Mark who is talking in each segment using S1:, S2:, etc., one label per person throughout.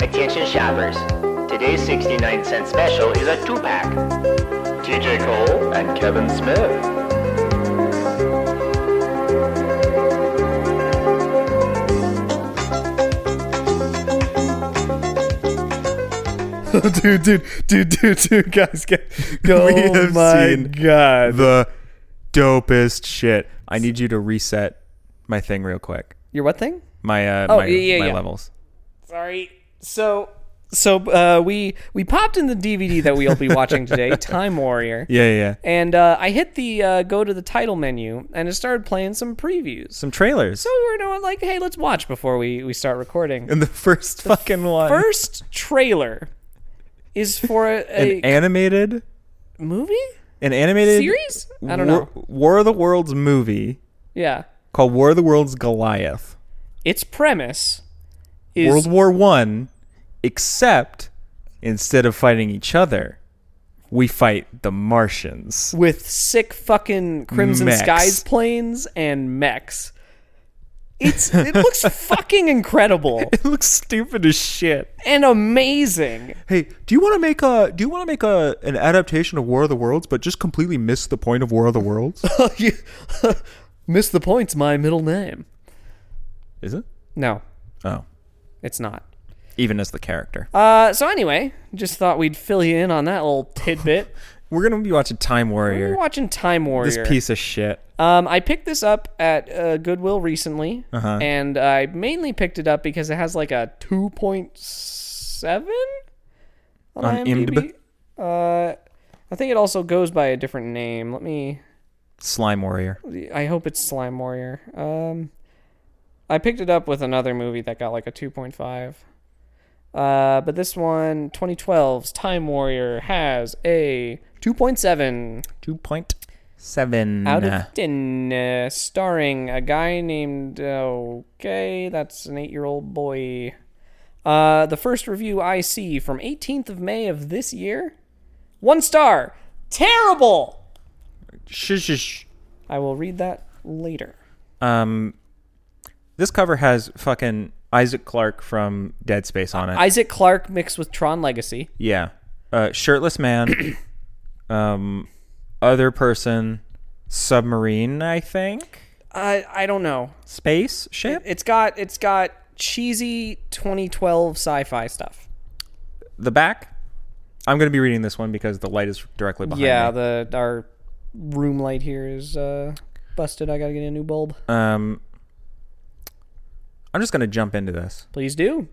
S1: Attention shoppers. Today's 69 cent special is a two pack. TJ Cole and Kevin Smith.
S2: dude, dude, dude, dude, dude, guys, get,
S3: We
S2: oh
S3: have
S2: my
S3: seen
S2: god,
S3: the dopest shit. I need you to reset my thing real quick.
S2: your what thing?
S3: My uh,
S2: Oh,
S3: my,
S2: yeah, yeah,
S3: my
S2: yeah.
S3: levels.
S2: Sorry. So, so uh, we we popped in the DVD that we'll be watching today, Time Warrior.
S3: Yeah, yeah. yeah.
S2: And uh, I hit the uh, go to the title menu, and it started playing some previews.
S3: Some trailers.
S2: So we were doing like, hey, let's watch before we we start recording.
S3: and the first fucking one,
S2: First trailer is for a, a
S3: an animated,
S2: movie
S3: an animated
S2: series. I don't
S3: War,
S2: know.
S3: War of the Worlds movie
S2: Yeah,
S3: called War of the Worlds Goliath.
S2: its premise is
S3: World War One, except instead of fighting each other, we fight the Martians.
S2: with sick fucking Crimson
S3: Mechs.
S2: Skies planes and mechs. It's it looks fucking incredible
S3: It looks stupid as shit.
S2: and amazing.
S3: Hey, do you want to make a do you want to make a an adaptation of War of the Worlds, but just completely miss the point of War of the Worlds?
S2: Oh, you miss the points. My middle name.
S3: Is it?
S2: No,
S3: Oh,
S2: it's not.
S3: even as the character,
S2: Uh, so anyway, just thought we'd fill you in on that little tidbit.
S3: we're gonna be watching Time
S2: We're
S3: Warrior.
S2: watching Time Warrior.
S3: This piece of shit.
S2: Um, I picked this up at uh, Goodwill recently,
S3: Uh-huh.
S2: and I mainly picked it up because it has like a two point seven on,
S3: On
S2: IMDb. Uh, I think it also goes by a different name. Let me.
S3: Slime Warrior.
S2: I hope it's Slime Warrior. Um, I picked it up with another movie that got like a two point five. Uh, but this one, 2012's Time Warrior has a 2.7
S3: Two point seven.
S2: out of Tin, uh, starring a guy named uh, okay, that's an eight-year-old boy. Uh, the first review I see from 18th of May of this year, one star, terrible.
S3: Shh, shh, shh.
S2: I will read that later.
S3: Um, this cover has fucking Isaac Clarke from Dead Space on it.
S2: Isaac Clarke mixed with Tron Legacy.
S3: Yeah. Uh, shirtless man. um, other person. Submarine, I think.
S2: I I don't know.
S3: Space ship.
S2: It's got it's got cheesy 2012 sci-fi stuff.
S3: the back. I'm going to be reading this one because the light is directly behind
S2: yeah,
S3: me.
S2: the our room light here is uh, busted. I gotta get a new bulb.
S3: um, I'm just going to jump into this.
S2: Please do.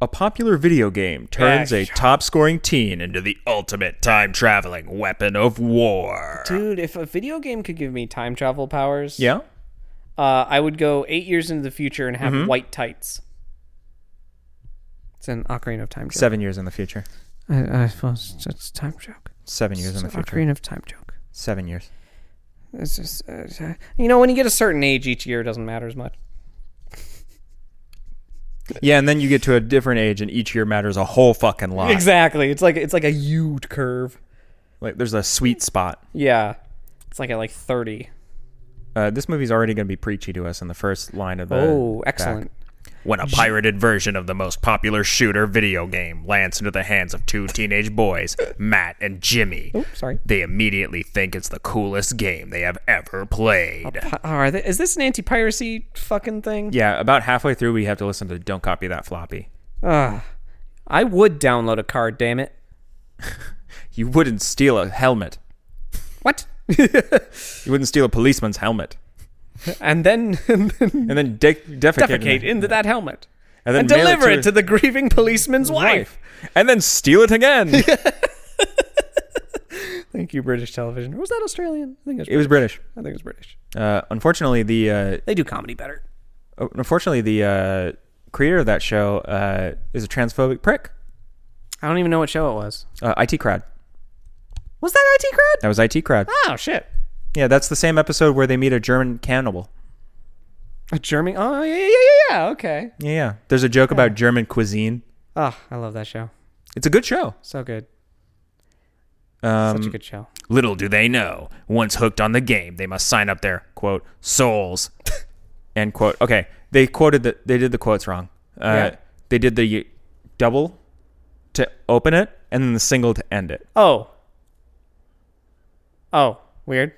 S3: A popular video game turns
S2: Yeah,
S3: a
S2: sh-
S3: top-scoring teen into the ultimate time-traveling weapon of war.
S2: Dude, if a video game could give me time travel powers,
S3: Yeah.
S2: uh, I would go eight years into the future and have
S3: Mm-hmm.
S2: white tights. It's an Ocarina of Time joke.
S3: Seven years in the future.
S2: I, I, well, it's, it's a time joke.
S3: Seven years in the
S2: It's an
S3: future.
S2: Ocarina of Time joke.
S3: Seven years.
S2: It's just, uh, it's, uh, you know, when you get a certain age, each year doesn't matter as much.
S3: Yeah, and then you get to a different age, and each year matters a whole fucking lot.
S2: Exactly. It's like it's like a U curve.
S3: Like, there's a sweet spot.
S2: Yeah. It's like at like thirty.
S3: Uh, this movie's already going to be preachy to us in the first line of the.
S2: oh,
S3: Uh, back.
S2: excellent.
S4: when a pirated version of the most popular shooter video game lands into the hands of two teenage boys, Matt and Jimmy.
S2: Sorry.
S4: They immediately think it's the coolest game they have ever played.
S2: Pi- Oh, are they, is this an anti-piracy fucking thing?
S3: Yeah, about halfway through, we have to listen to "Don't Copy That Floppy."
S2: Ugh. I would download a card. Damn it.
S3: You wouldn't steal a helmet.
S2: What?
S3: You wouldn't steal a policeman's helmet,
S2: and then, and then
S3: and then de- defecate, in
S2: defecate
S3: it.
S2: into that helmet
S3: and then
S2: and
S3: mail
S2: deliver it to the grieving policeman's wife.
S3: and then steal it again.
S2: Thank you, British television. Or was that Australian? I think it's
S3: it was British.
S2: I think it's British.
S3: Uh, unfortunately, the uh,
S2: They do comedy better.
S3: uh, unfortunately the uh, creator of that show uh, is a transphobic prick.
S2: I don't even know what show it was.
S3: Uh, IT Crowd.
S2: Was that IT Crowd?
S3: That was IT Crowd.
S2: Oh shit.
S3: Yeah, that's the same episode where they meet a German cannibal.
S2: A German. Oh yeah yeah yeah yeah. Okay.
S3: Yeah, yeah. There's a joke about German cuisine.
S2: Oh, I love that show.
S3: It's a good show.
S2: So good.
S3: Um,
S2: Such a good show.
S4: Um, Little do they know, once hooked on the game, they must sign up their, quote, souls.
S3: end quote. Okay, they quoted the they did the quotes wrong. Uh,
S2: Yeah.
S3: They did the double to open it and then the single to end it.
S2: Oh. Oh, weird.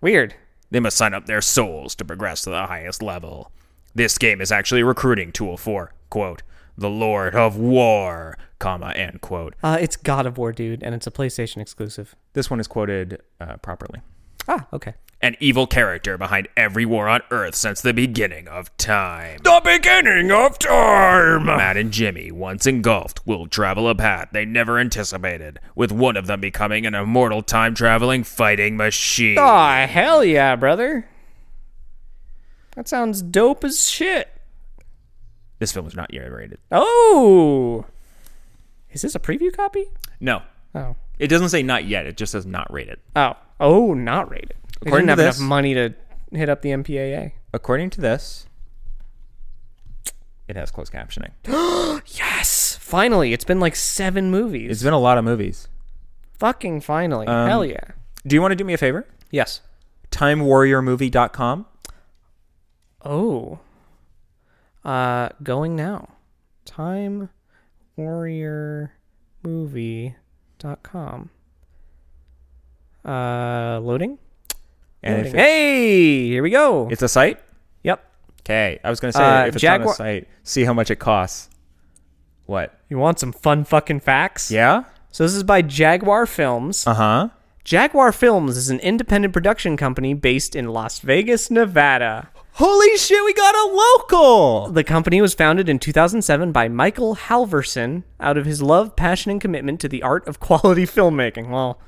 S2: Weird.
S4: They must sign up their souls to progress to the highest level. This game is actually a recruiting tool for, quote, the Lord of War, comma, end quote.
S2: Uh, it's God of War, dude, and it's a PlayStation exclusive.
S3: This one is quoted uh, properly.
S2: Ah, okay.
S4: An evil character behind every war on Earth since the beginning of time. The beginning of time! Matt and Jimmy, once engulfed, will travel a path they never anticipated, with one of them becoming an immortal time traveling fighting machine.
S3: Ah!
S2: Aw, hell yeah, brother. That sounds dope as shit.
S4: This film is not yet rated.
S2: Oh. Is this a preview copy?
S3: No,
S2: Oh.
S3: it doesn't say not yet. It just says not rated.
S2: Oh. Oh, not rated. They
S3: According
S2: didn't
S3: to
S2: have
S3: this-
S2: enough money to hit up the MPAA.
S3: According to this, it has closed captioning.
S2: Yes. Finally, it's been like seven movies.
S3: It's been a lot of movies.
S2: Fucking finally. hell yeah.
S3: Do you want to do me a favor?
S2: Um, Yes.
S3: TimeWarriorMovie.com.
S2: Oh. Uh going now. Time Warrior Movie.com. Uh loading?
S3: And if
S2: Loading.
S3: it-
S2: hey, here we go.
S3: it's a site,
S2: yep.
S3: okay. I was going to say
S2: Uh,
S3: if it's on
S2: Jaguar-
S3: a site, see how much it costs. What?
S2: You want some fun fucking facts?
S3: Yeah.
S2: So this is by Jaguar Films.
S3: Uh huh.
S2: Jaguar Films is an independent production company based in Las Vegas, Nevada.
S3: Holy shit! We got a local.
S2: The company was founded in 2007 by Michael Halverson out of his love, passion, and commitment to the art of quality filmmaking. Well,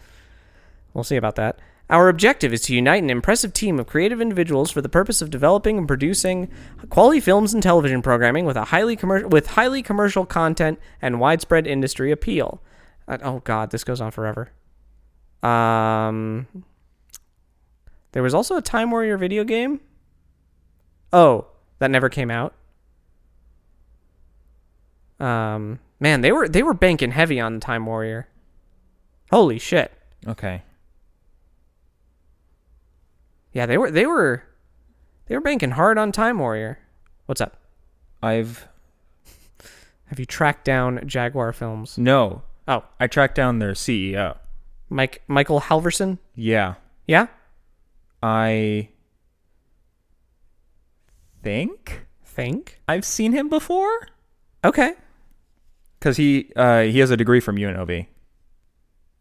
S2: we'll see about that. Our objective is to unite an impressive team of creative individuals for the purpose of developing and producing quality films and television programming with a highly commer- with highly commercial content and widespread industry appeal. Uh, oh God, this goes on forever. Um, there was also a Time Warrior video game. Oh, that never came out. Um, man, they were they were banking heavy on Time Warrior. Holy shit!
S3: Okay.
S2: Yeah, they were they were they were banking hard on Time Warrior. What's up?
S3: I've
S2: Have you tracked down Jaguar Films?
S3: no.
S2: Oh,
S3: I tracked down their CEO.
S2: Mike Michael Halverson.
S3: Yeah.
S2: Yeah,
S3: I think
S2: think.
S3: I've seen him before
S2: Okay,
S3: because he uh, he has a degree from UNLV,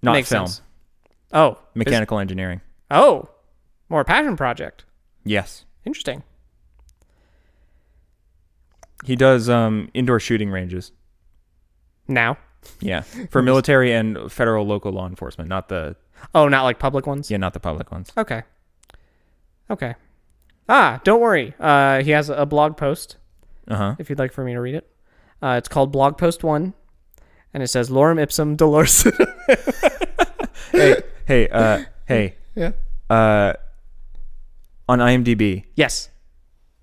S3: not
S2: Makes
S3: film,
S2: sense. Oh,
S3: mechanical engineering.
S2: oh, more passion project.
S3: Yes,
S2: Interesting.
S3: he does um, indoor shooting ranges.
S2: Now,
S3: Yeah, for military and federal local law enforcement, not the
S2: oh, not like public ones.
S3: yeah, not the public ones.
S2: Okay. Okay. Ah, don't worry. Uh, he has a blog post
S3: Uh huh.
S2: if you'd like for me to read it. Uh, it's called Blog Post One, and it says Lorem Ipsum Dolores.
S3: hey, hey, uh, hey.
S2: Yeah.
S3: Uh, on IMDb,
S2: yes,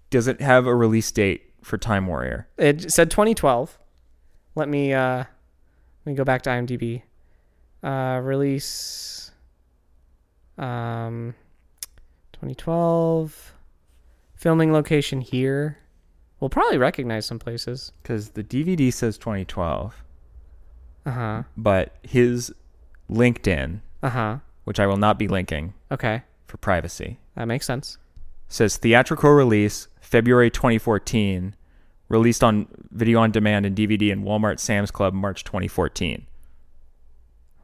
S3: does it have a release date for Time Warrior?
S2: it said 2012. Let me uh, let me go back to IMDb. Uh, release. Um, 2012. Filming location here. We'll probably recognize some places.
S3: Because the DVD says 2012,
S2: Uh huh.
S3: but his LinkedIn,
S2: Uh huh.
S3: which I will not be linking
S2: Okay,
S3: for privacy,
S2: that makes sense.
S3: says theatrical release February 2014, released on video on demand and DVD in Walmart Sam's Club March 2014.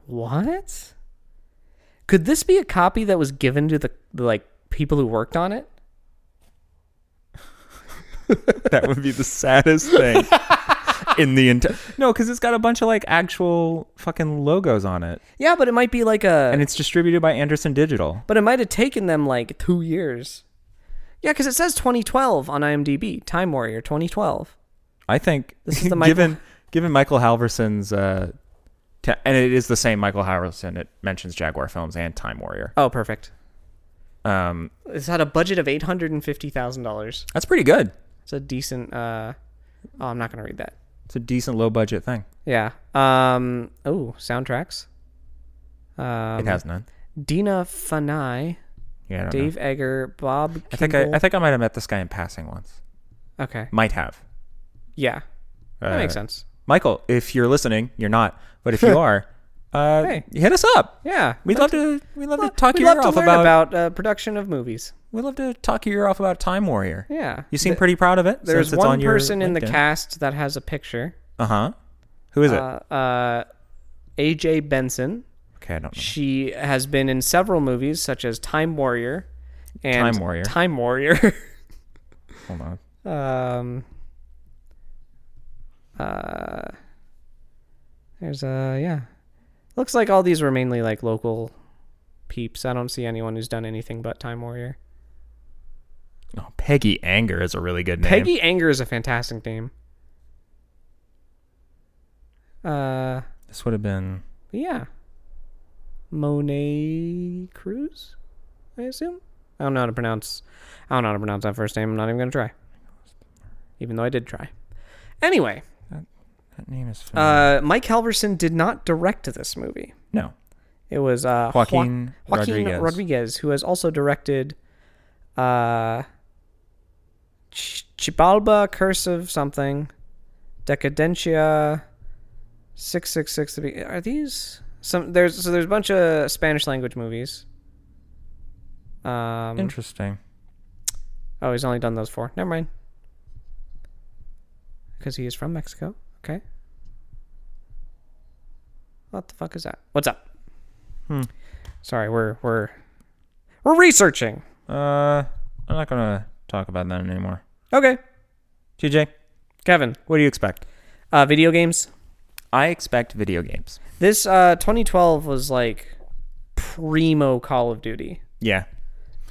S2: What? Could this be a copy that was given to the, the like people who worked on it?
S3: That would be the saddest thing in the entire. No, because it's got a bunch of like actual fucking logos on it,
S2: Yeah, but it might be like a
S3: and it's distributed by Anderson Digital.
S2: but it might have taken them like 2 years. Yeah, cuz it says 2012 on IMDb, Time Warrior 2012.
S3: I think
S2: This is the Michael-
S3: given given Michael Halverson's. Uh, ta- and it is the same Michael Halverson. It mentions Jaguar Films and Time Warrior.
S2: Oh, perfect.
S3: Um,
S2: It's had a budget of $850,000.
S3: that's pretty good.
S2: It's a decent uh Oh, I'm not going to read that.
S3: It's a decent low budget thing.
S2: Yeah. Um oh, soundtracks. Um
S3: it has none.
S2: Dina Fanai,
S3: Yeah, I don't know.
S2: Dave Egger, Bob
S3: I think I, I
S2: Kimball.
S3: think Uh, I might have met this guy in passing once.
S2: Okay.
S3: Might have.
S2: Yeah. That makes sense.
S3: Michael, if you're listening, you're not, but if you are, uh,
S2: Hey.
S3: hit us up.
S2: Yeah.
S3: We'd love to. We'd love to talk
S2: we
S3: your
S2: love
S3: ear
S2: to
S3: off
S2: learn
S3: about.
S2: about, uh, production of movies.
S3: We'd love to talk your ear off about Time Warrior.
S2: Yeah.
S3: You seem pretty proud of it.
S2: There's one person in the cast that has a picture.
S3: Uh huh. Who is it?
S2: Uh, uh, AJ Benson.
S3: okay, I don't know.
S2: She has been in several movies such as Time Warrior and
S3: Time Warrior.
S2: Time Warrior.
S3: Hold on.
S2: um, uh, there's a yeah. Looks like all these were mainly like local peeps. I don't see anyone who's done anything but Time Warrior.
S3: Oh, Peggy Anger is a really good name.
S2: Peggy Anger is a fantastic name. Uh,
S3: This would have been.
S2: but yeah. Monet Cruz, I assume. I don't know how to pronounce. I don't know how to pronounce that first name. I'm not even gonna try. Even though I did try. Anyway,
S3: That name is. Familiar.
S2: uh, Mike Halverson did not direct this movie.
S3: no.
S2: It was uh, Joa-
S3: Joaquin Rodriguez.
S2: Rodriguez, who has also directed uh, Ch- Chibalba, Curse of Something, Decadencia, Six Six Six. Are these some? There's so there's a bunch of Spanish language movies. Um,
S3: Interesting.
S2: oh, he's only done those four. Never mind, because he is from Mexico. Okay. What the fuck is that? What's up?
S3: Hmm.
S2: Sorry, we're we're we're researching.
S3: Uh, I'm not gonna talk about that anymore.
S2: Okay,
S3: TJ,
S2: Kevin.
S3: what do you expect?
S2: Uh, video games.
S3: I expect video games.
S2: This uh, 2012 was like primo Call of Duty.
S3: Yeah.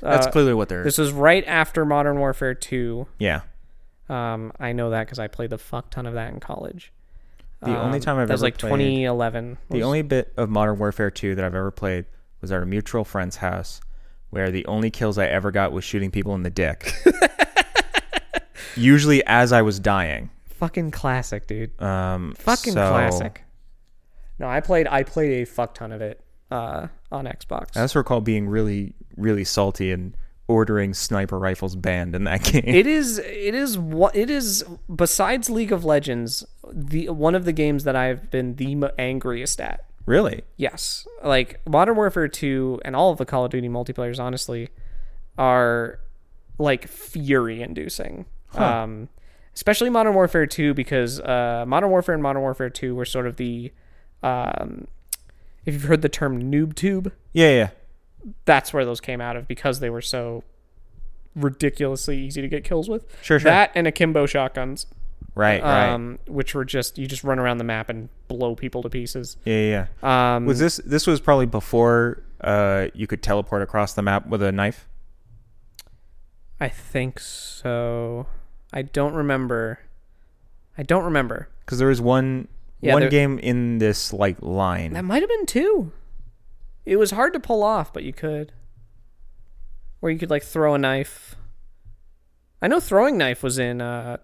S2: Uh,
S3: That's clearly what they're.
S2: This was right after Modern Warfare 2.
S3: yeah.
S2: Um, I know that because I played the fuck ton of that in college.
S3: The only time I've
S2: That was
S3: ever
S2: um, like
S3: played,
S2: 2011.
S3: The only bit of Modern Warfare 2 that I've ever played was at a mutual friend's house, where the only kills I ever got was shooting people in the dick. Usually as I was dying.
S2: fucking classic, dude.
S3: Um,
S2: fucking
S3: so-
S2: classic. No, I played I played a fuck ton of it uh, on Xbox.
S3: I also recall being really, really salty and ordering sniper rifles banned in that game.
S2: it is it is what it is besides league of legends the one of the games that i've been the mo- angriest at
S3: really?
S2: yes like modern warfare 2 and all of the call of duty multiplayers honestly are like fury inducing um especially modern warfare 2 because uh modern warfare and modern warfare 2 were sort of the um if you've heard the term noob tube
S3: Yeah, yeah.
S2: that's where those came out of because they were so ridiculously easy to get kills with.
S3: Sure, sure.
S2: That and akimbo shotguns,
S3: Right, right.
S2: um, which were just you just run around the map and blow people to pieces.
S3: yeah, yeah. yeah.
S2: Um,
S3: was this this was probably before uh, you could teleport across the map with a knife?
S2: I think so. I don't remember. I don't remember.
S3: Because there was one
S2: Yeah,
S3: one
S2: there-
S3: game in this like line.
S2: That might have been two. It was hard to pull off, but you could. Where you could like throw a knife. I know throwing knife was in uh,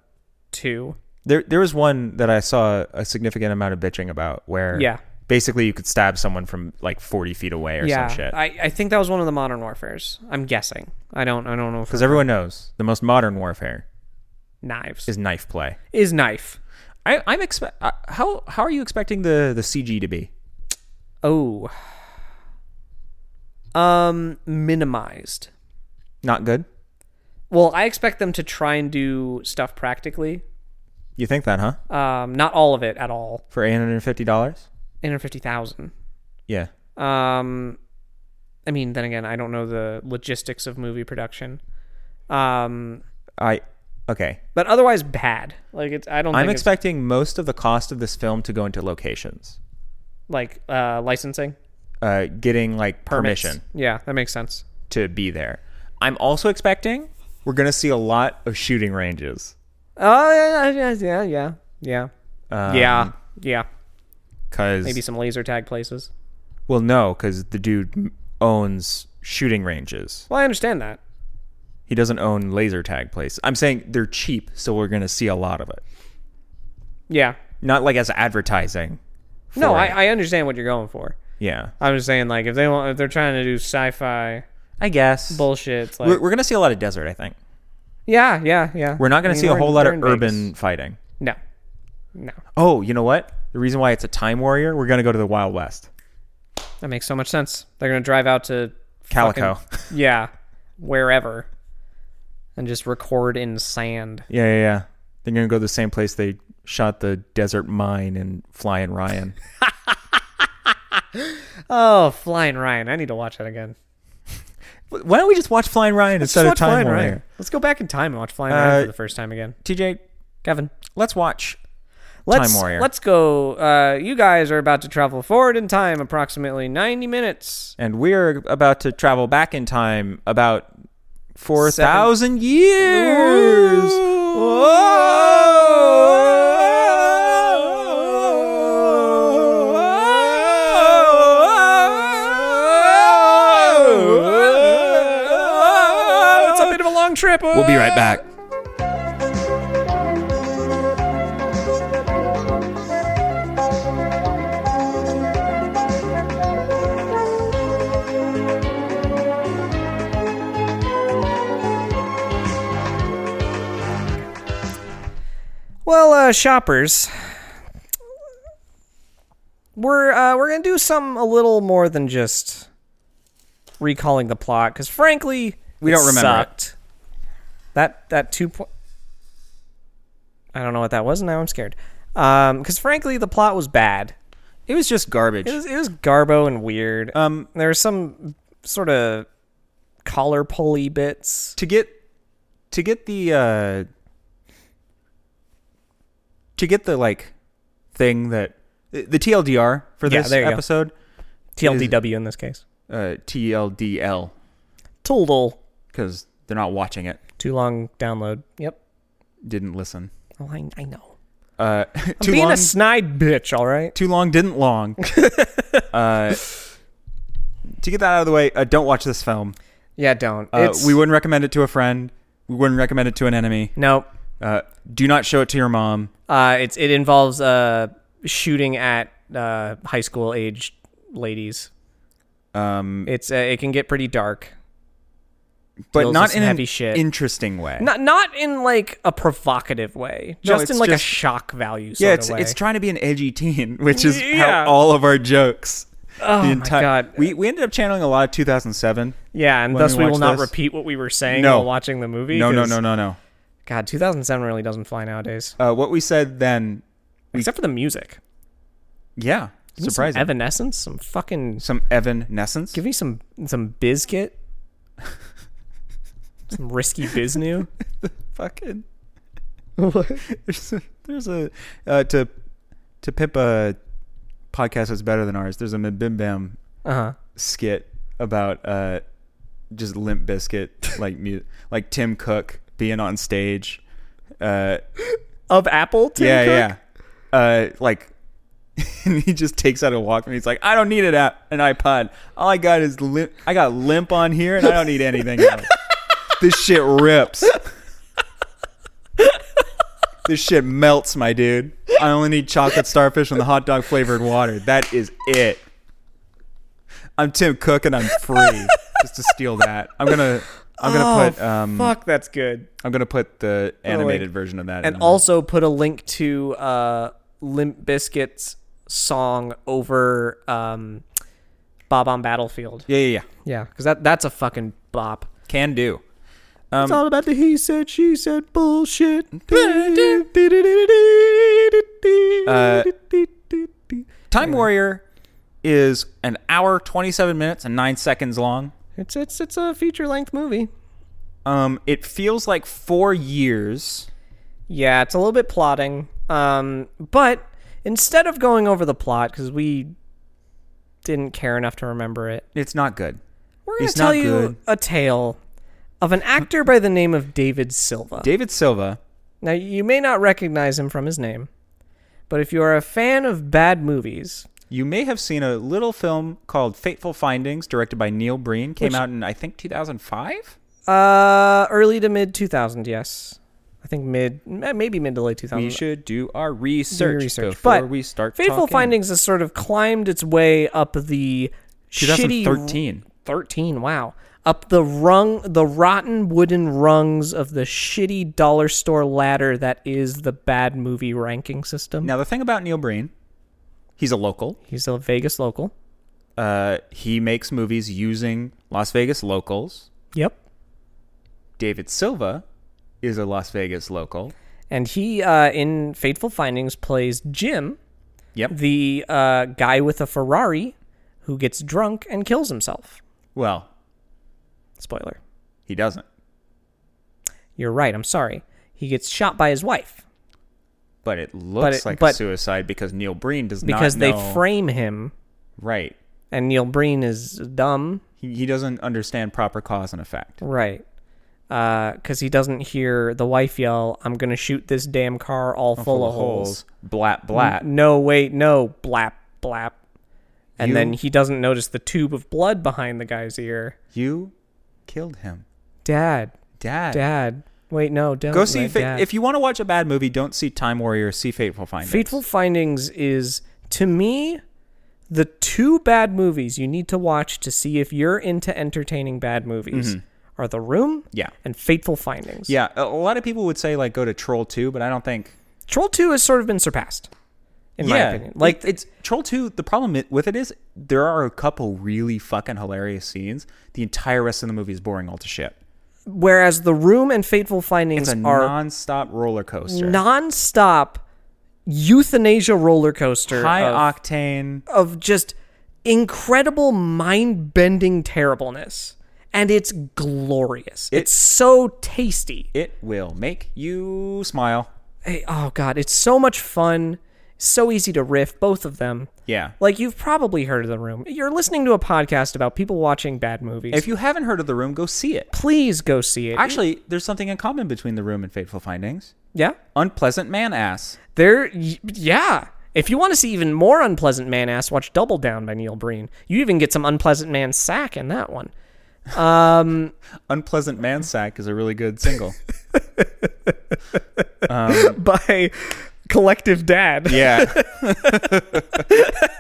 S2: two.
S3: There, there was one that I saw a significant amount of bitching about where
S2: Yeah.
S3: basically you could stab someone from like 40 feet away or
S2: yeah,
S3: some shit.
S2: I, I think that was one of the modern warfares. I'm guessing. I don't I don't know if
S3: Because everyone knows the most modern warfare
S2: knives
S3: is
S2: is,
S3: knife play.
S2: knife.
S3: I, I'm expect uh, how how are you expecting the the CG to be?
S2: Oh. Um minimized.
S3: Not good.
S2: Well, I expect them to try and do stuff practically.
S3: You think that, huh?
S2: Um not all of it at all.
S3: For eight hundred and fifty dollars?
S2: 850,000.
S3: Yeah.
S2: Um I mean, then again, I don't know the logistics of movie production. Um
S3: I okay.
S2: but otherwise bad. Like it's I don't
S3: I'm
S2: think it's,
S3: expecting most of the cost of this film to go into locations,
S2: like uh licensing
S3: uh, getting like
S2: permits.
S3: permission
S2: Yeah, that makes sense.
S3: to be there. I'm also expecting we're gonna see a lot of shooting ranges.
S2: Oh yeah, yeah, yeah, yeah, yeah,
S3: Um,
S2: yeah, yeah, yeah.
S3: Cause
S2: Maybe some laser tag places.
S3: Well, no, because the dude owns shooting ranges.
S2: Well, I understand that.
S3: He doesn't own laser tag place. I'm saying they're cheap, so we're gonna see a lot of it.
S2: Yeah.
S3: Not like as advertising.
S2: No,
S3: for
S2: I,
S3: it.
S2: I understand what you're going for.
S3: yeah.
S2: I'm just saying, like, if they want, if they're trying to do sci-fi
S3: I guess.
S2: bullshit, it's like,
S3: we're, we're gonna see a lot of desert. I think
S2: yeah, yeah, yeah.
S3: we're not gonna
S2: I mean,
S3: see a
S2: we're in-
S3: whole lot
S2: we're
S3: of
S2: in Vegas.
S3: urban fighting.
S2: No, No,
S3: Oh, you know what? The reason why it's a time warrior, we're gonna go to the Wild West.
S2: that makes so much sense. They're gonna drive out to
S3: Calico.
S2: fucking- yeah, wherever, and just record in sand.
S3: yeah, yeah, yeah. They're gonna go to the same place they shot the desert mine in Flying Ryan.
S2: Oh, Flying Ryan! I need to watch that again.
S3: Why don't we just watch Flying Ryan instead
S2: Let's
S3: of Time Warrior?
S2: Let's go back in time and watch Flying Ryan
S3: Uh,
S2: for the first time again.
S3: TJ,
S2: Kevin,
S3: let's watch.
S2: let's,
S3: Warrior.
S2: Let's go. Uh, you guys are about to travel forward in time approximately 90 minutes.
S3: And we're about to travel back in time about four thousand years.
S2: Oh, it's a bit of a long trip.
S4: We'll be right back.
S2: Well, uh, shoppers, we're uh, we're gonna do something a little more than just recalling the plot, because frankly,
S3: We
S2: it
S3: don't remember it.
S2: sucked. That that two point. I don't know what that was. Now I'm scared. Because frankly, the plot was bad.
S3: It was just garbage.
S2: It was, it was garbo and weird.
S3: Um,
S2: there were some sort of collar pulley bits.
S3: to get to get the uh to get the like thing that the the TLDR for
S2: Yeah,
S3: this
S2: there you go.
S3: episode
S2: TLDW in this case.
S3: uh TLDL
S2: Total.
S3: cuz they're not watching it
S2: Too long download. Yep.
S3: didn't listen
S2: Oh, I, I know.
S3: uh too
S2: Being
S3: long
S2: a snide bitch, all right?
S3: too long didn't long uh to get that out of the way uh, don't watch this film
S2: Yeah, don't.
S3: uh, we wouldn't recommend it to a friend we wouldn't recommend it to an enemy
S2: Nope.
S3: uh do not show it to your mom
S2: Uh, it's, it involves uh, shooting at uh, high school age ladies.
S3: um
S2: It's uh, It can get pretty dark.
S3: but
S2: deals with
S3: not
S2: some
S3: in
S2: heavy
S3: an
S2: shit.
S3: interesting way
S2: Not, not in like a provocative way,
S3: No,
S2: just in
S3: it's
S2: like
S3: just-
S2: a shock value sort
S3: Yeah, it's
S2: of way.
S3: it's trying to be an edgy teen, which is
S2: Yeah.
S3: how all of our jokes.
S2: Oh my God.
S3: We we ended up channeling a lot of 2007.
S2: yeah, and
S3: When
S2: thus
S3: we
S2: we will
S3: watch
S2: not
S3: this-
S2: repeat what we were saying
S3: No.
S2: while watching the movie.
S3: No, no,
S2: 'cause-
S3: no, no, no.
S2: God, 2007 really doesn't fly nowadays,
S3: Uh, what we said then,
S2: except for the music.
S3: yeah,
S2: Give me some
S3: surprising.
S2: Evanescence, some fucking
S3: Some evanescence.
S2: Give me some some biscuit. some risky biznew.
S3: fucking. there's a, there's a uh, to to pimp a podcast that's better than ours. There's a Bim Bam
S2: Uh huh.
S3: skit about uh just limp biscuit like mu- like Tim Cook being on stage. Uh,
S2: Of Apple, Tim
S3: yeah,
S2: Cook?
S3: yeah. Uh, like, and he just takes out a Walkman. He's like, I don't need an app, an iPod. All I got is limp. I got limp on here, and I don't need anything else. this shit rips. this shit melts, my dude. I only need chocolate starfish and the hot dog flavored water. That is it. I'm Tim Cook, and I'm free. just to steal that, I'm gonna. I'm gonna put um
S2: Oh, Fuck, that's good.
S3: I'm gonna put the animated version of that in
S2: And
S3: there.
S2: also put a link to uh, Limp Biscuit's song over um, Bob on Battlefield.
S3: yeah yeah yeah
S2: Yeah, because that that's a fucking bop.
S3: Can do. Um,
S2: it's all about the he said, she said bullshit.
S3: Uh, Time Warrior is an hour, 27 minutes, and nine seconds long.
S2: it's it's it's a feature length movie.
S3: Um, it feels like four years.
S2: Yeah, it's a little bit plotting. Um, but instead of going over the plot because we didn't care enough to remember it,
S3: It's not good.
S2: we're going
S3: It's
S2: to tell
S3: not
S2: you
S3: good.
S2: a tale of an actor by the name of David Silva.
S3: David Silva,
S2: now, you may not recognize him from his name, but if you are a fan of bad movies,
S3: you may have seen a little film called Fateful Findings, directed by Neil Breen, came
S2: Which-
S3: out in I think 2005.
S2: uh, early to mid 2000, yes. I think mid, m- maybe mid to late 2000.
S3: We should do our research, before
S2: But
S3: we start.
S2: Fateful
S3: talking.
S2: Findings has sort of climbed its way up the shitty
S3: 2013.
S2: 13 wow up the rung, the rotten wooden rungs of the shitty dollar store ladder that is the bad movie ranking system.
S3: Now the thing about Neil Breen, he's a local.
S2: He's a Vegas local.
S3: Uh, he makes movies using Las Vegas locals.
S2: Yep.
S3: David Silva is a Las Vegas local.
S2: And he, uh, in Fateful Findings, plays Jim,
S3: Yep.
S2: the uh, guy with a Ferrari who gets drunk and kills himself.
S3: well,
S2: Spoiler.
S3: he doesn't.
S2: You're right. I'm sorry. He gets shot by his wife
S3: But it looks
S2: it-
S3: like a
S2: but-
S3: suicide because Neil Breen does
S2: because
S3: not
S2: they
S3: know-
S2: frame him,
S3: right.
S2: and Neil Breen is dumb.
S3: He, he doesn't understand proper cause and effect.
S2: Right. Because he doesn't hear the wife yell, I'm going to shoot this damn car all full, of holes.
S3: Blat blat.
S2: No, wait, no. Blap, blap. And
S3: You-
S2: then he doesn't notice the tube of blood behind the guy's ear.
S3: You killed him,
S2: Dad,
S3: Dad.
S2: dad. Wait, no, don't.
S3: Go see
S2: let
S3: fa-
S2: dad.
S3: if you want to watch a bad movie. Don't see Time Warrior. See Fateful Findings.
S2: Fateful Findings is, to me, the two bad movies you need to watch to see if you're into entertaining bad movies are The Room
S3: Mm-hmm. Yeah.
S2: and Fateful Findings.
S3: Yeah, a a lot of people would say like go to Troll Two, but I don't think.
S2: Troll 2 has sort of been surpassed, in my opinion. Like,
S3: like it's Troll Two. The problem it, with it is there are a couple really fucking hilarious scenes. The entire rest of the movie is boring all to shit.
S2: whereas The Room and Fateful Findings
S3: It's a
S2: are
S3: non-stop roller coaster,
S2: non-stop euthanasia roller coaster
S3: high
S2: of,
S3: octane.
S2: of just incredible mind-bending terribleness. And it's glorious. it's so tasty.
S3: It will make you smile.
S2: Hey, oh god, it's so much fun, so easy to riff both of them.
S3: Yeah.
S2: Like you've probably heard of The Room. You're listening to a podcast about people watching bad movies.
S3: If you haven't heard of The Room, go see it.
S2: please go see it.
S3: Actually, there's something in common between The Room and Fateful Findings.
S2: yeah.
S3: Unpleasant man ass.
S2: There, y- yeah. If you want to see even more Unpleasant Man ass, watch Double Down by Neil Breen. You even get some Unpleasant Man sack in that one.
S3: Unpleasant man sack is a really good single.
S2: By Collective Dad.
S3: yeah.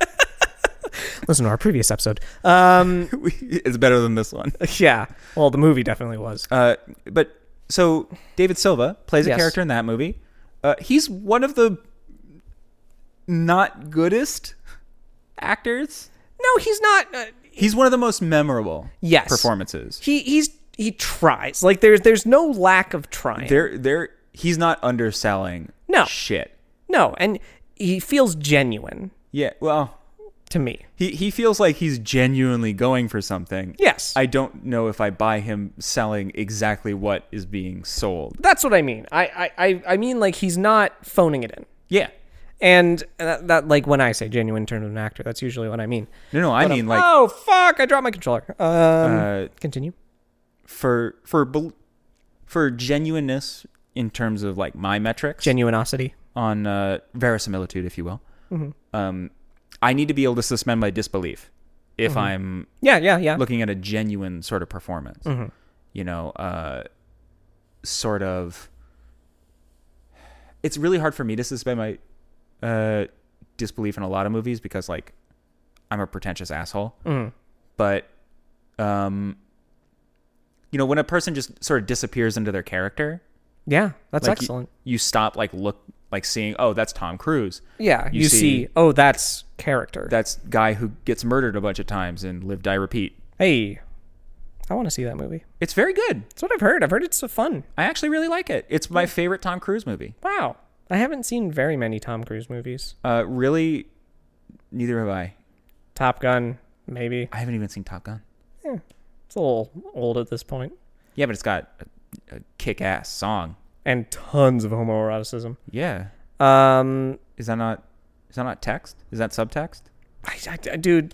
S2: Listen to our previous episode. Um,
S3: We- it's better than this one.
S2: yeah. Well, the movie definitely was.
S3: Uh, but so David Silva plays a
S2: Yes.
S3: character in that movie. Uh, he's one of the not goodest actors.
S2: No, he's not. Uh,
S3: He's one of the most memorable
S2: Yes.
S3: performances.
S2: he he's he tries. Like there's there's no lack of trying.
S3: There, there. He's not underselling.
S2: No.
S3: shit.
S2: no, and he feels genuine
S3: Yeah. Well,
S2: to me.
S3: he he feels like he's genuinely going for something.
S2: Yes.
S3: I don't know if I buy him selling exactly what is being sold.
S2: That's what I mean. I I I, I mean like he's not phoning it in.
S3: Yeah.
S2: And that, that, like, when I say genuine in terms of an actor, that's usually what I mean.
S3: No, no. I
S2: But
S3: mean,
S2: I'm-
S3: like,
S2: oh fuck, I dropped my controller. Um,
S3: uh,
S2: continue.
S3: for for bel- for genuineness in terms of like my metrics
S2: Genuinosity.
S3: on uh, verisimilitude, if you will. Um, I need to be able to suspend my disbelief if I'm
S2: Yeah, yeah, yeah.
S3: looking at a genuine sort of performance. You know, uh, sort of. It's really hard for me to suspend my uh, disbelief in a lot of movies because, like, I'm a pretentious asshole. But, um, you know, when a person just sort of disappears into their character,
S2: yeah, that's
S3: like, you-
S2: excellent.
S3: You, stop, like, look, like seeing, oh, that's Tom Cruise.
S2: yeah, you,
S3: you
S2: see,
S3: see-
S2: oh, that's character.
S3: That's guy who gets murdered a bunch of times and live, die, repeat.
S2: hey, I want to see that movie.
S3: It's very good.
S2: That's what I've heard. I've heard it's so fun.
S3: I actually really like it. It's my favorite Tom Cruise movie.
S2: Wow. I haven't seen very many Tom Cruise movies.
S3: Uh, really, neither have I.
S2: Top Gun, maybe.
S3: I haven't even seen Top Gun.
S2: It's a little old at this point.
S3: Yeah, but it's got a, a kick-ass song.
S2: And tons of homoeroticism.
S3: Yeah,
S2: Um,
S3: is that not is that not text? Is that subtext?
S2: I, I, I- dude,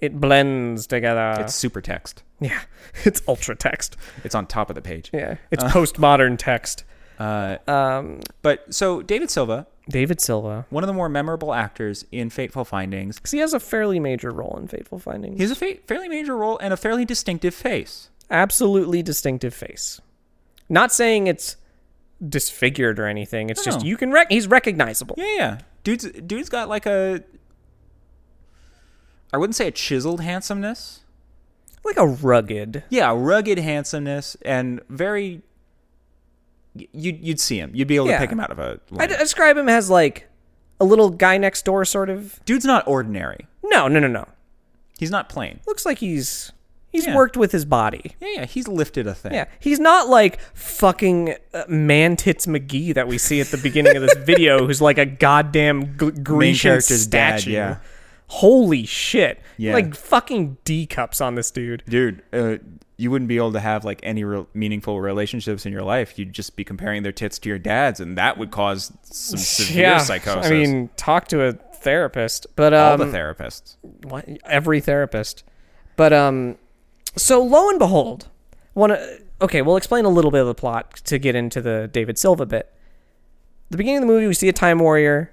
S2: it blends together.
S3: it's super text.
S2: Yeah, it's ultra text.
S3: It's on top of the page.
S2: Yeah, it's postmodern text.
S3: Uh,
S2: Um,
S3: but so David Silva,
S2: David Silva,
S3: one of the more memorable actors in Fateful Findings,
S2: because he has a fairly major role in Fateful Findings.
S3: he has a fa- fairly major role and a fairly distinctive face.
S2: Absolutely distinctive face. Not saying it's disfigured or anything. It's just
S3: No.
S2: you can rec- he's recognizable.
S3: Yeah, yeah. Dude's dude's got like a I wouldn't say a chiseled handsomeness.
S2: like a rugged.
S3: Yeah, rugged handsomeness and very. y- You'd you'd see him. You'd be able
S2: Yeah.
S3: to pick him out of a.
S2: I
S3: lineup.
S2: d- describe him as like a little guy next door sort of.
S3: Dude's not ordinary.
S2: No, no, no, no.
S3: He's not plain.
S2: Looks like he's he's
S3: Yeah.
S2: worked with his body.
S3: Yeah, yeah. He's lifted a thing.
S2: Yeah, he's not like fucking uh, man tits McGee that we see at the beginning of this video, who's like a goddamn g- Grecian
S3: character's dad,
S2: statue.
S3: yeah.
S2: Holy shit!
S3: Yeah.
S2: Like fucking D cups on this dude.
S3: dude. Uh, you wouldn't be able to have like any real meaningful relationships in your life. You'd just be comparing their tits to your dad's, and that would cause some severe psychosis.
S2: I mean, talk to a therapist, but
S3: all
S2: um,
S3: the therapists.
S2: what, every therapist. But um, so lo and behold, one. uh, Okay, we'll explain a little bit of the plot to get into the David Silva bit. The beginning of the movie, we see a time warrior.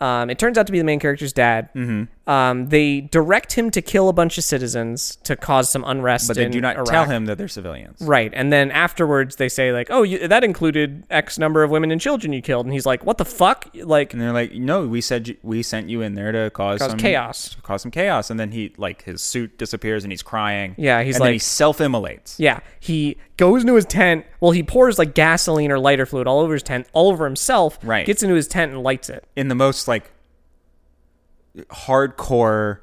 S2: Um, it turns out to be the main character's dad. Mm-hmm. Um, they direct him to kill a bunch of citizens to cause some unrest.
S3: But they
S2: in
S3: do not
S2: Iraq.
S3: tell him that they're civilians.
S2: Right, and then afterwards they say like, "Oh, you, that included X number of women and children you killed," and he's like, "What the fuck?" Like,
S3: And they're like, "No, we said you, we sent you in there to cause,
S2: Cause
S3: some
S2: chaos.
S3: to cause some chaos." And then he like his suit disappears, and he's crying.
S2: Yeah, he's
S3: and then he
S2: like-
S3: self-immolates.
S2: Yeah, he goes into his tent. Well, he pours like gasoline or lighter fluid all over his tent, all over himself.
S3: Right.
S2: Gets into his tent and lights it.
S3: in the most like hardcore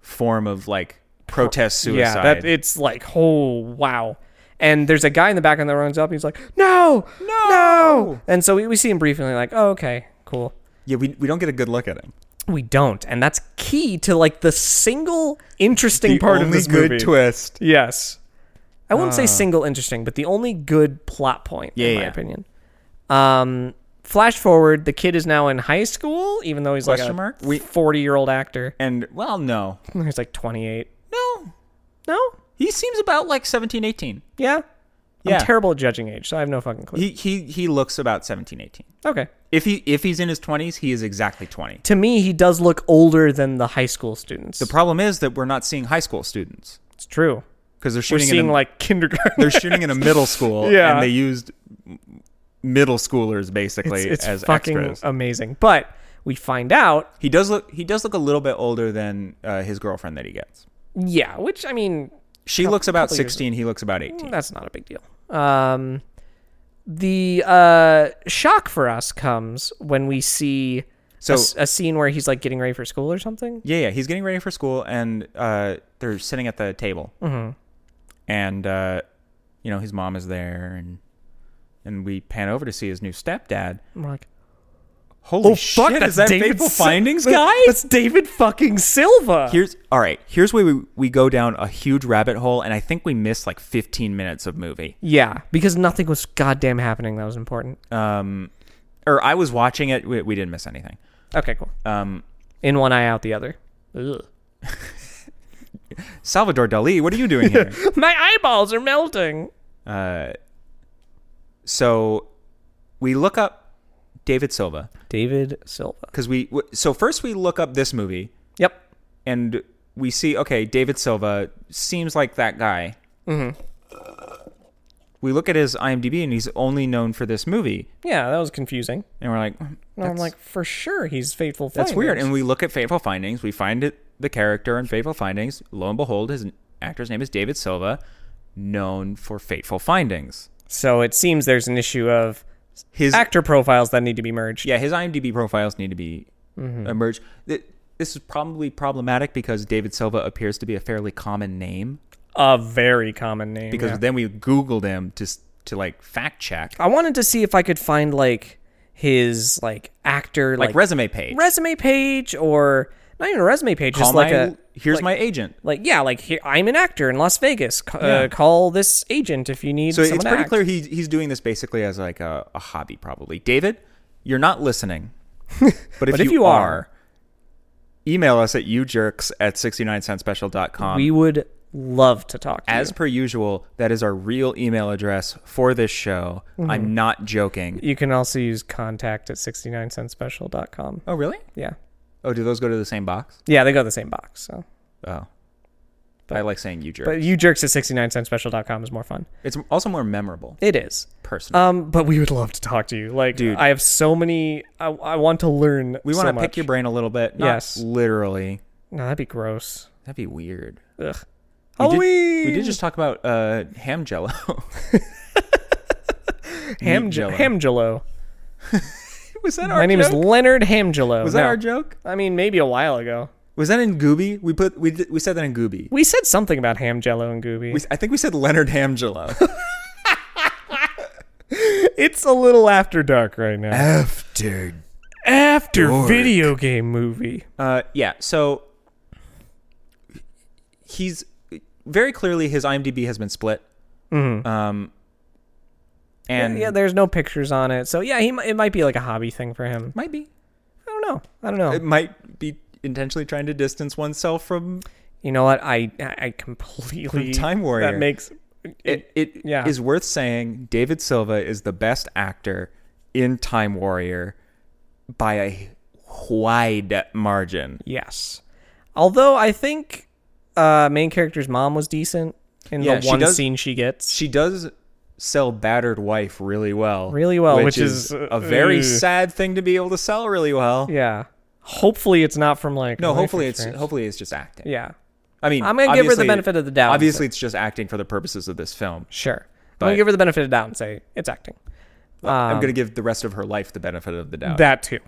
S3: form of like protest suicide.
S2: Yeah, that it's like, oh wow. And there's a guy in the background that runs up. And he's like, no, no, no. And so we, we see him briefly, like, oh okay, cool.
S3: yeah, we, we don't get a good look at him.
S2: We don't, and that's key to like the single interesting
S3: The
S2: part of
S3: only
S2: this
S3: good
S2: movie.
S3: twist.
S2: Yes. I wouldn't say single interesting, but the only good plot point, in
S3: Uh. Yeah,
S2: my
S3: yeah.
S2: opinion. Um, flash forward, the kid is now in high school, even though he's
S3: Question mark?
S2: like a forty-year-old actor.
S3: And well, no,
S2: He's like twenty-eight.
S3: no,
S2: No,
S3: he seems about like 17, 18.
S2: yeah.
S3: Yeah.
S2: I'm terrible at judging age, so I have no fucking clue.
S3: He he he looks about 17, 18.
S2: okay.
S3: If he if he's in his 20s, he is exactly 20.
S2: To me, he does look older than the high school students.
S3: The problem is that we're not seeing high school students
S2: it's true.
S3: because they're
S2: We're
S3: shooting
S2: seeing
S3: in a,
S2: like kindergarten.
S3: they're shooting in a middle school
S2: Yeah.
S3: and they used middle schoolers basically
S2: It's, it's
S3: as
S2: fucking
S3: extras.
S2: amazing. But we find out
S3: He does look. He does look a little bit older than uh, his girlfriend that he gets.
S2: Yeah, which I mean,
S3: She looks about
S2: couple years- Mm.
S3: sixteen. He looks about eighteen.
S2: that's not a big deal. Um, the uh, shock for us comes when we see a
S3: So-
S2: s- a, scene where he's like getting ready for school or something.
S3: Yeah, yeah. He's getting ready for school, and uh, they're sitting at the table. Mm-hmm. And uh, you know, his mom is there, and and we pan over to see his new stepdad.
S2: I'm like,
S3: Holy
S2: oh
S3: shit!
S2: fuck, that's
S3: is that
S2: David
S3: Fateful
S2: Sil-
S3: Findings
S2: that-
S3: guy?
S2: That's David fucking Silva.
S3: Here's all right. Here's where we we go down a huge rabbit hole, and I think we missed like fifteen minutes of movie.
S2: yeah, because nothing was goddamn happening that was important.
S3: Um, or I was watching it. We, we didn't miss anything.
S2: Okay, cool.
S3: Um,
S2: In one eye, out the other. Ugh.
S3: Salvador Dali, what are you doing here?
S2: My eyeballs are melting.
S3: Uh, so we look up David Silva
S2: David Silva.
S3: because we w- so first we look up this movie
S2: Yep.
S3: and we see okay David Silva seems like that guy. Mm-hmm. We look at his IMDb and he's only known for this movie,
S2: Yeah, that was confusing.
S3: and we're like,
S2: No, I'm like, for sure he's faithful.
S3: that's weird.
S2: Finders.
S3: And we look at Fateful Findings, we find it the character in Fateful Findings. Lo and behold, his actor's name is David Silva, known for Fateful Findings.
S2: So it seems there's an issue of
S3: His
S2: actor profiles that need to be merged.
S3: Yeah, his IMDb profiles need to be
S2: Mm-hmm.
S3: emerged. Th- This is probably problematic because David Silva appears to be a fairly common name.
S2: A very common name.
S3: Because
S2: yeah. Oh,
S3: then we Googled him to s- to like fact check,
S2: I wanted to see if I could find like his like actor
S3: like,
S2: like,
S3: resume page.
S2: resume page or not even a resume page,
S3: Call
S2: just like
S3: my-
S2: a
S3: here's
S2: like-
S3: my agent.
S2: like yeah, like here, I'm an actor in Las Vegas. C- uh,
S3: Yeah.
S2: call this agent if you need.
S3: So
S2: someone
S3: it's
S2: to
S3: pretty
S2: act.
S3: clear he he's doing this basically as like a, a hobby, probably. David, you're not listening, but if,
S2: But if
S3: you,
S2: you are-
S3: are, email us at youjerks at 69centspecial.com.
S2: We would love to talk to
S3: Um, As
S2: you.
S3: per usual, that is our real email address for this show.
S2: Mm-hmm.
S3: I'm not joking.
S2: You can also use contact at 69centspecial.com.
S3: Oh, really?
S2: Yeah.
S3: Oh, do those go to the same box?
S2: Yeah, they go to the same box. So,
S3: Oh. I like saying you jerk.
S2: but you jerks at 69centspecial.com is more fun.
S3: it's also more memorable,
S2: It is.
S3: personally.
S2: Um, but we would love to talk to you. Like,
S3: Dude.
S2: I have so many. I, I want to learn.
S3: we want
S2: so
S3: to pick
S2: much.
S3: your brain a little bit. Not
S2: Yes.
S3: Literally.
S2: No, that'd be gross.
S3: That'd be weird.
S2: Ugh. Halloween.
S3: We did just talk about uh, ham jello.
S2: Ham-
S3: meat jello.
S2: Hamjelo.
S3: was that our
S2: My name is
S3: joke?
S2: Leonard Hamjelo.
S3: Was that
S2: No.
S3: our joke?
S2: I mean, maybe a while ago.
S3: Was that in Gooby? We put we did, we said that in Gooby.
S2: We said something about ham jello and gooby.
S3: We, I think we said Leonard Hamjelo.
S2: it's a little after dark right now.
S3: After.
S2: After video game movie.
S3: Uh, yeah. So he's very clearly his IMDb has been split. Um, and
S2: yeah, there's no pictures on it. So yeah, he mi- it might be like a hobby thing for him.
S3: might be
S2: I don't know. I don't know.
S3: it might be intentionally trying to distance oneself from
S2: you know what? I I I completely
S3: Time Warrior.
S2: That makes
S3: it. It is
S2: yeah.
S3: worth saying David Silva is the best actor in Time Warrior by a wide margin.
S2: yes. Although I think uh main character's mom was decent in
S3: Yeah,
S2: the
S3: she
S2: one
S3: does-
S2: scene she gets.
S3: She does sell battered wife really well.
S2: Really well, which is,
S3: a very
S2: uh,
S3: sad thing to be able to sell really well.
S2: yeah. Hopefully it's not from like
S3: No,
S2: life
S3: hopefully it's
S2: experience.
S3: hopefully it's just acting.
S2: yeah.
S3: I mean,
S2: I'm gonna give her the
S3: obviously-
S2: benefit of the doubt Um, and
S3: Obviously, it's just acting for the purposes of this film.
S2: Sure. I'm
S3: But-
S2: gonna give her the benefit of the doubt and say it's acting.
S3: I'm gonna give the rest of her life the benefit of the doubt
S2: Um, That too.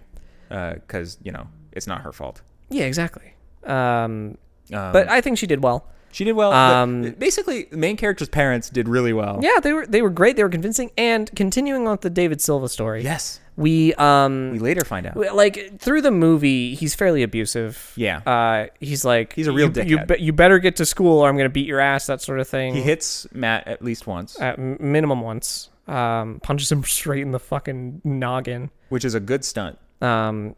S3: because you know it's not her fault.
S2: Yeah, exactly. Um,
S3: Um,
S2: but I think she did well.
S3: She did well. but
S2: Um,
S3: basically, the main character's parents did really well.
S2: Yeah, they were they were great. They were convincing. And continuing on with the David Silva story,
S3: Yes.
S2: we
S3: We
S2: um
S3: later find out.
S2: we- like through the movie, he's fairly abusive.
S3: Yeah.
S2: uh, he's like
S3: He's a real
S2: you, you,
S3: dickhead."
S2: be- you better get to school, or I'm gonna beat your ass. That sort of thing.
S3: He hits Matt at least once,
S2: at m- minimum once. Um, punches him straight in the fucking noggin.
S3: which is a good stunt.
S2: Um,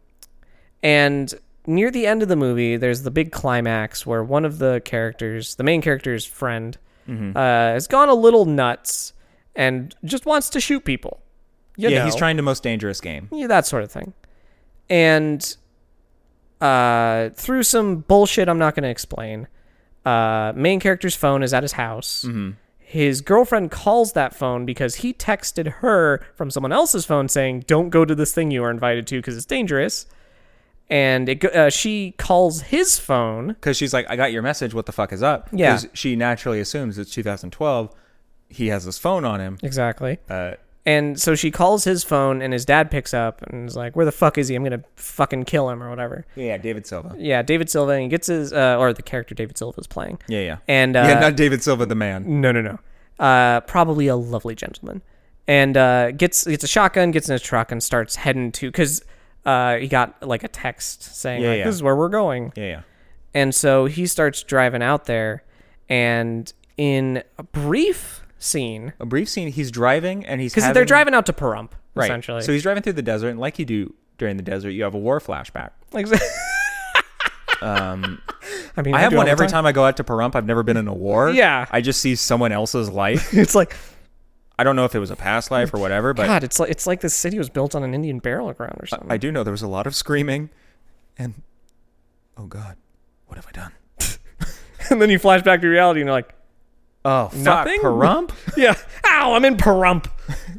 S2: and near the end of the movie, there's the big climax where one of the characters, the main character's friend,
S3: Mm-hmm.
S2: uh, has gone a little nuts and just wants to shoot people. You
S3: yeah,
S2: know,
S3: he's trying to most dangerous game.
S2: yeah, that sort of thing. And uh, through some bullshit, I'm not going to explain. Uh, main character's phone is at his house. His girlfriend calls that phone because he texted her from someone else's phone saying, "Don't go to this thing you are invited to because it's dangerous." And it, go- uh, she calls his phone.
S3: Because she's like, I got your message. What the fuck is up?
S2: Yeah.
S3: 'Cause she naturally assumes it's 2012. He has his phone on him.
S2: Exactly.
S3: Uh,
S2: And so she calls his phone, and his dad picks up and is like, "Where the fuck is he? I'm gonna fucking kill him or whatever."
S3: yeah, David Silva.
S2: Yeah, David Silva and he gets his uh, or the character David Silva is playing.
S3: Yeah, yeah.
S2: And uh,
S3: yeah, not David Silva, the man.
S2: no, no, no. Uh, probably a lovely gentleman, and uh, gets gets a shotgun, gets in his truck, and starts heading to because uh, he got like a text saying
S3: Yeah,
S2: like,
S3: yeah.
S2: this is where we're going,
S3: Yeah, yeah.
S2: and so he starts driving out there, and in a brief scene
S3: A brief scene. He's driving and he's
S2: because
S3: having,
S2: they're driving out to Pahrump
S3: right.
S2: essentially.
S3: So he's driving through the desert, and like you do during the desert, you have a war flashback.
S2: Exa- I mean,
S3: Um, I have
S2: do
S3: one
S2: all the
S3: every time. I go out to Pahrump. I've never been in a war.
S2: Yeah.
S3: I just see someone else's life.
S2: It's like
S3: I don't know if it was a past life or whatever, but
S2: God. It's like it's like this city was built on an Indian burial ground or something.
S3: I do know there was a lot of screaming and oh god, what have I done?
S2: and then you flash back to reality and you're like,
S3: Oh, fuck,
S2: Nothing?
S3: Pahrump?
S2: yeah, ow, I'm in Pahrump.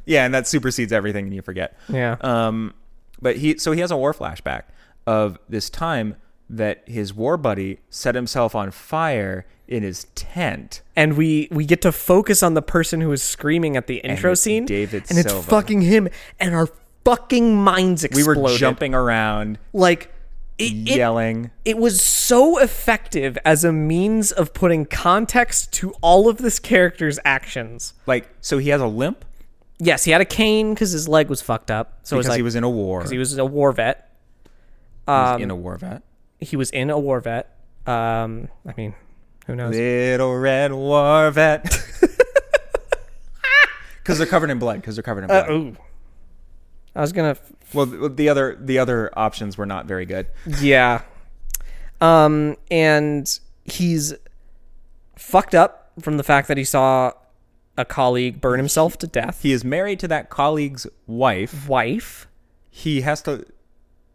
S3: yeah, and that supersedes everything and you forget.
S2: Yeah.
S3: Um but he so he has a war flashback of this time that his war buddy set himself on fire in his tent.
S2: and we we get to focus on the person who is screaming at the intro
S3: it's
S2: scene.
S3: David
S2: and it's
S3: Silva.
S2: fucking him, and our fucking minds
S3: We were
S2: exploded.
S3: jumping around,
S2: like it, it,
S3: yelling.
S2: it was so effective as a means of putting context to all of this character's actions.
S3: Like so he has a limp
S2: Yes, he had a cane because his leg was fucked up, so
S3: because
S2: it was like
S3: he was in a war. Um,
S2: he was a war vet.
S3: He was in a war vet.
S2: He was in a war vet. Um, I mean, who knows?
S3: Little red war vet. Because they're covered in blood. Because they're covered in blood.
S2: Ooh. I was gonna
S3: Well, th- the other the other options were not very good.
S2: Yeah. Um, and he's fucked up from the fact that he saw a colleague burn himself to death.
S3: He is married to that colleague's wife.
S2: wife.
S3: He has to deal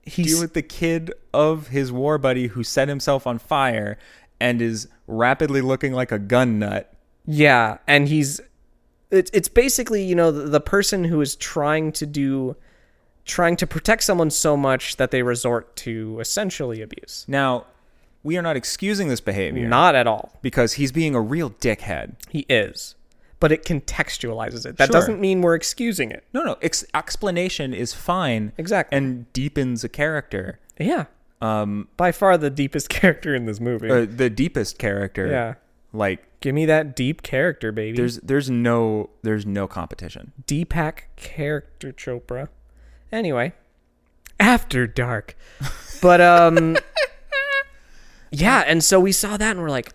S2: He's
S3: with the kid of his war buddy who set himself on fire and is rapidly looking like a gun nut.
S2: yeah, and he's it's it's basically you know the, the person who is trying to do trying to protect someone so much that they resort to essentially abuse.
S3: Now, We are not excusing this behavior
S2: Not at all.
S3: because he's being a real dickhead.
S2: He is. But it contextualizes it. That
S3: Sure.
S2: doesn't mean we're excusing it.
S3: No, no, ex- explanation is fine.
S2: Exactly.
S3: And deepens a character.
S2: Yeah. Um, By far the deepest character in this movie.
S3: Uh, the deepest character.
S2: Yeah.
S3: Like
S2: Give me that deep character, baby.
S3: there's there's no there's no competition.
S2: Deepak character Chopra. Anyway, after dark. But um Yeah, and so we saw that and we're like,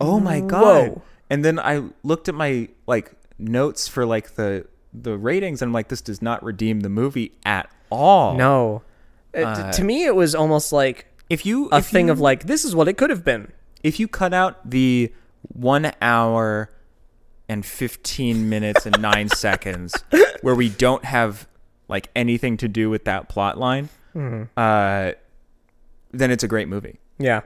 S3: Oh my god.
S2: Whoa.
S3: And then I looked at my like notes for like the the ratings and I'm like this does not redeem the movie at all.
S2: no. It- to me it was almost like
S3: If you
S2: a
S3: Uh, if
S2: thing
S3: you,
S2: of like this is what it could have been.
S3: if you cut out the 1 hour and 15 minutes and 9 seconds where we don't have like anything to do with that plot line,
S2: Mm-hmm.
S3: uh then it's a great movie.
S2: Yeah.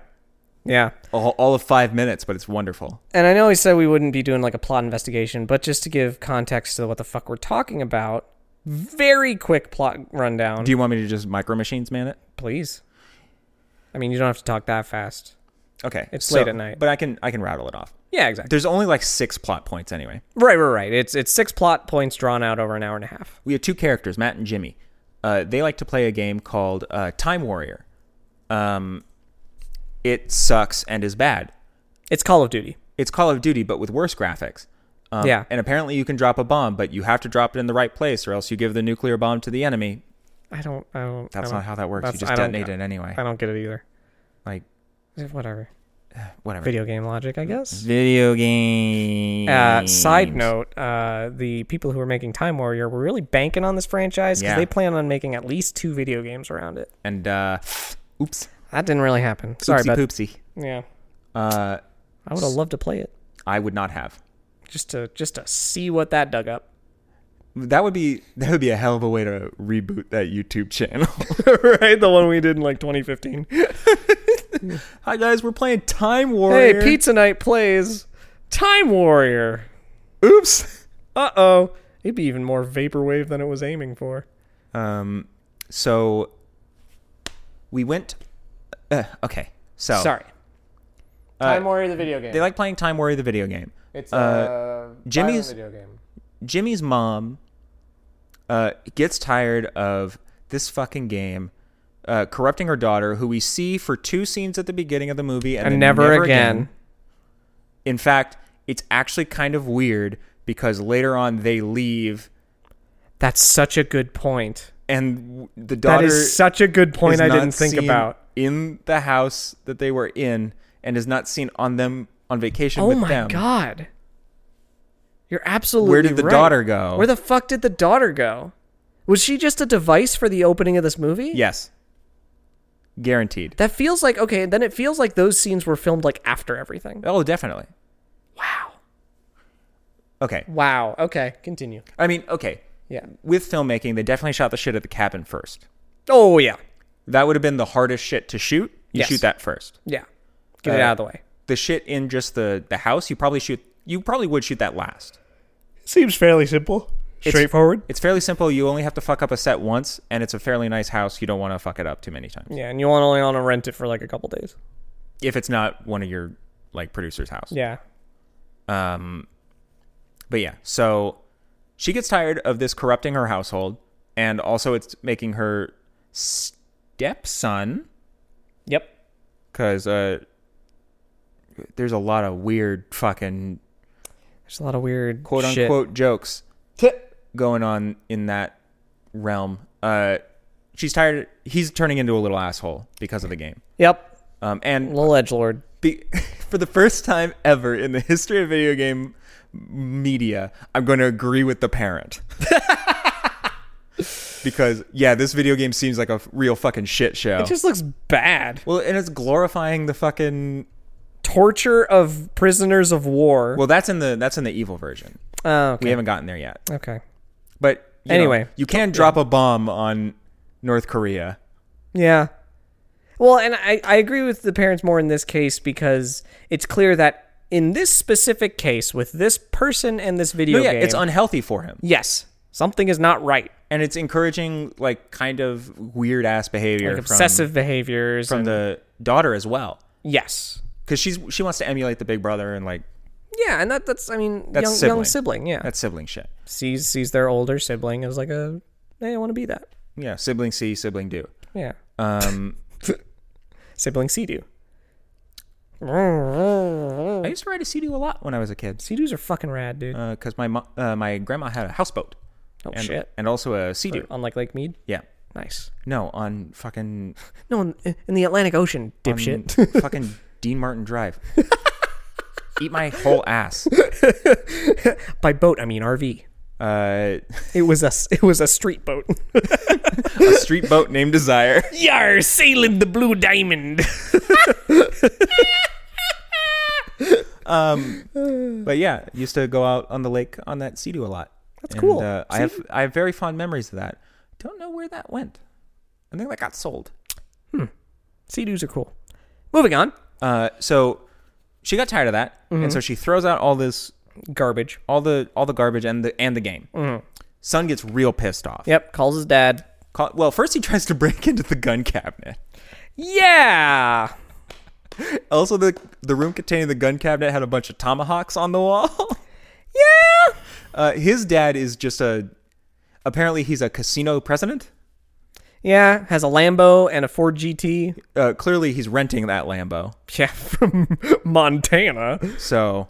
S2: Yeah.
S3: All, all of 5 minutes, but it's wonderful.
S2: and I know I said we wouldn't be doing like a plot investigation, but just to give context to what the fuck we're talking about, very quick plot rundown,
S3: Do you want me to just micro machines man it?
S2: please. I mean, you don't have to talk that fast.
S3: Okay.
S2: It's late at night.
S3: But I can I can rattle it off.
S2: Yeah, exactly.
S3: There's only like six plot points anyway.
S2: Right, right, right. It's it's six plot points drawn out over an hour and a half.
S3: We have two characters, Matt and Jimmy. Uh, they like to play a game called uh, Time Warrior. Um, it sucks and is bad.
S2: It's Call of Duty.
S3: It's Call of Duty, but with worse graphics. Um,
S2: Yeah.
S3: And apparently you can drop a bomb, but you have to drop it in the right place, or else you give the nuclear bomb to the enemy.
S2: I don't. I don't. I
S3: That's
S2: don't-
S3: not how that works. You
S2: that's-
S3: just
S2: I don't-
S3: detonate it anyway.
S2: I don't get it either.
S3: Like
S2: Whatever.
S3: whatever.
S2: Video game logic, I guess.
S3: Video game.
S2: Uh, side note: uh, the people who are making Time Warrior were really banking on this franchise because
S3: Yeah.
S2: they plan on making at least two video games around it.
S3: And uh, oops.
S2: That didn't really happen. Sorry,
S3: Oopsie
S2: about
S3: poopsie.
S2: Yeah,
S3: Uh,
S2: I would have loved to play it
S3: I would not have.
S2: just to just to see what that dug up.
S3: That would be that would be a hell of a way to reboot that YouTube channel.
S2: right, the one we did in like 2015.
S3: Oh, Hi guys, we're playing Time
S2: Hey,
S3: Warrior.
S2: Pizza Night plays Time Warrior.
S3: Oops.
S2: Uh oh, it'd be even more vaporwave than it was aiming for.
S3: Um, so we went. Uh, okay, so
S2: Sorry. Time Warrior, the video game.
S3: they like playing Time Warrior, the video game.
S2: it's
S3: uh, Jimmy's-
S2: video game.
S3: Jimmy's mom uh, gets tired of this fucking game uh, corrupting her daughter, who we see for two scenes at the beginning of the movie, and,
S2: And
S3: then
S2: never, again.
S3: In fact, it's actually kind of weird because later on they leave.
S2: That's such a good point.
S3: and w- the
S2: That
S3: daughter
S2: is such a good
S3: is
S2: point. I
S3: not
S2: didn't think
S3: seen
S2: about.
S3: in the house that they were in and is not seen on them on vacation
S2: Oh
S3: with
S2: my
S3: them.
S2: god. You're absolutely
S3: Where did the
S2: right.
S3: daughter go?
S2: Where the fuck did the daughter go? Was she just a device for the opening of this movie?
S3: Yes. Guaranteed.
S2: That feels like okay, then it feels like those scenes were filmed like after everything.
S3: Oh, definitely.
S2: Wow.
S3: Okay.
S2: Wow. Okay, continue.
S3: I mean, okay.
S2: Yeah.
S3: With filmmaking, they definitely shot the shit at the cabin first.
S2: Oh yeah.
S3: That would have been the hardest shit to shoot. You
S2: Yes.
S3: shoot that first.
S2: Yeah. Get it
S3: Uh,
S2: out of the way.
S3: The shit in just the the house, you probably shoot you probably would shoot that last.
S2: Seems fairly simple.
S3: Straightforward. It's fairly simple. You only have to fuck up a set once, and it's a fairly nice house. You don't want to fuck it up too many times.
S2: Yeah, and you only want to rent it for like a couple days.
S3: if it's not one of your like producer's house.
S2: Yeah.
S3: Um but yeah, so she gets tired of this corrupting her household and also it's making her stepson
S2: Yep.
S3: cuz uh there's a lot of weird fucking
S2: There's a lot of weird
S3: quote
S2: shit.
S3: unquote jokes going on in that realm. Uh she's tired he's turning into a little asshole because of the game.
S2: Yep.
S3: Um and
S2: Little edge lord.
S3: be, for the first time ever in the history of video game media, I'm going to agree with the parent. because yeah, this video game seems like a f- real fucking shit show.
S2: It just looks bad.
S3: well, and it's glorifying the fucking
S2: Torture of prisoners of war.
S3: Well, that's in the that's in the evil version.
S2: oh,
S3: We
S2: okay.
S3: haven't gotten there yet.
S2: okay.
S3: But you know,
S2: Anyway.
S3: you can drop a bomb on North Korea.
S2: Yeah. Well, and I, I agree with the parents more in this case because it's clear that in this specific case with this person and this video
S3: But yeah,
S2: game,
S3: it's unhealthy for him.
S2: yes, something is not right.
S3: And it's encouraging like kind of weird ass behavior
S2: Like
S3: from
S2: obsessive behaviors
S3: from
S2: and-
S3: the daughter as well.
S2: Yes.
S3: because she's she wants to emulate the Big Brother and like
S2: Yeah, and that that's I mean
S3: that's
S2: young
S3: sibling.
S2: young sibling, yeah.
S3: that's sibling shit.
S2: sees sees their older sibling as like a hey, I want to be that.
S3: Yeah, sibling see, sibling do.
S2: Yeah.
S3: Um,
S2: Sibling Sea-Doo.
S3: I used to ride a sea-doo a lot when I was a kid
S2: Sea-Doos are fucking rad, dude.
S3: because my mo- uh, my grandma had a houseboat
S2: oh
S3: and
S2: shit.
S3: and also a sea-doo.
S2: Unlike Lake Mead.
S3: Yeah,
S2: Nice.
S3: no, on fucking
S2: No, in, in the Atlantic Ocean,
S3: on
S2: dipshit.
S3: fucking Dean Martin Drive. Eat my whole ass.
S2: By boat, I mean RV.
S3: Uh,
S2: It was a it was a street boat.
S3: a street boat named Desire.
S2: Yar, sailing the blue diamond.
S3: But yeah, used to go out on the lake on that sea-doo a lot. That's
S2: cool.
S3: Uh, I have I have very fond memories of that. Don't know where that went. I think that got sold.
S2: Sea doos are cool. Moving on.
S3: Uh, so she got tired of that,
S2: Mm-hmm.
S3: and so she throws out all this,
S2: Garbage.
S3: all the, all the garbage and the and the game.
S2: Mm-hmm.
S3: Son gets real pissed off.
S2: Yep. Calls his dad.
S3: Call, well, first he tries to break into the gun cabinet.
S2: Yeah.
S3: Also, the the room containing the gun cabinet had a bunch of tomahawks on the wall.
S2: Yeah.
S3: Uh, his dad is just a. Apparently, he's a casino president.
S2: Yeah. Has a Lambo and a Ford GT.
S3: Uh, clearly, he's renting that Lambo.
S2: Yeah, from Montana.
S3: So,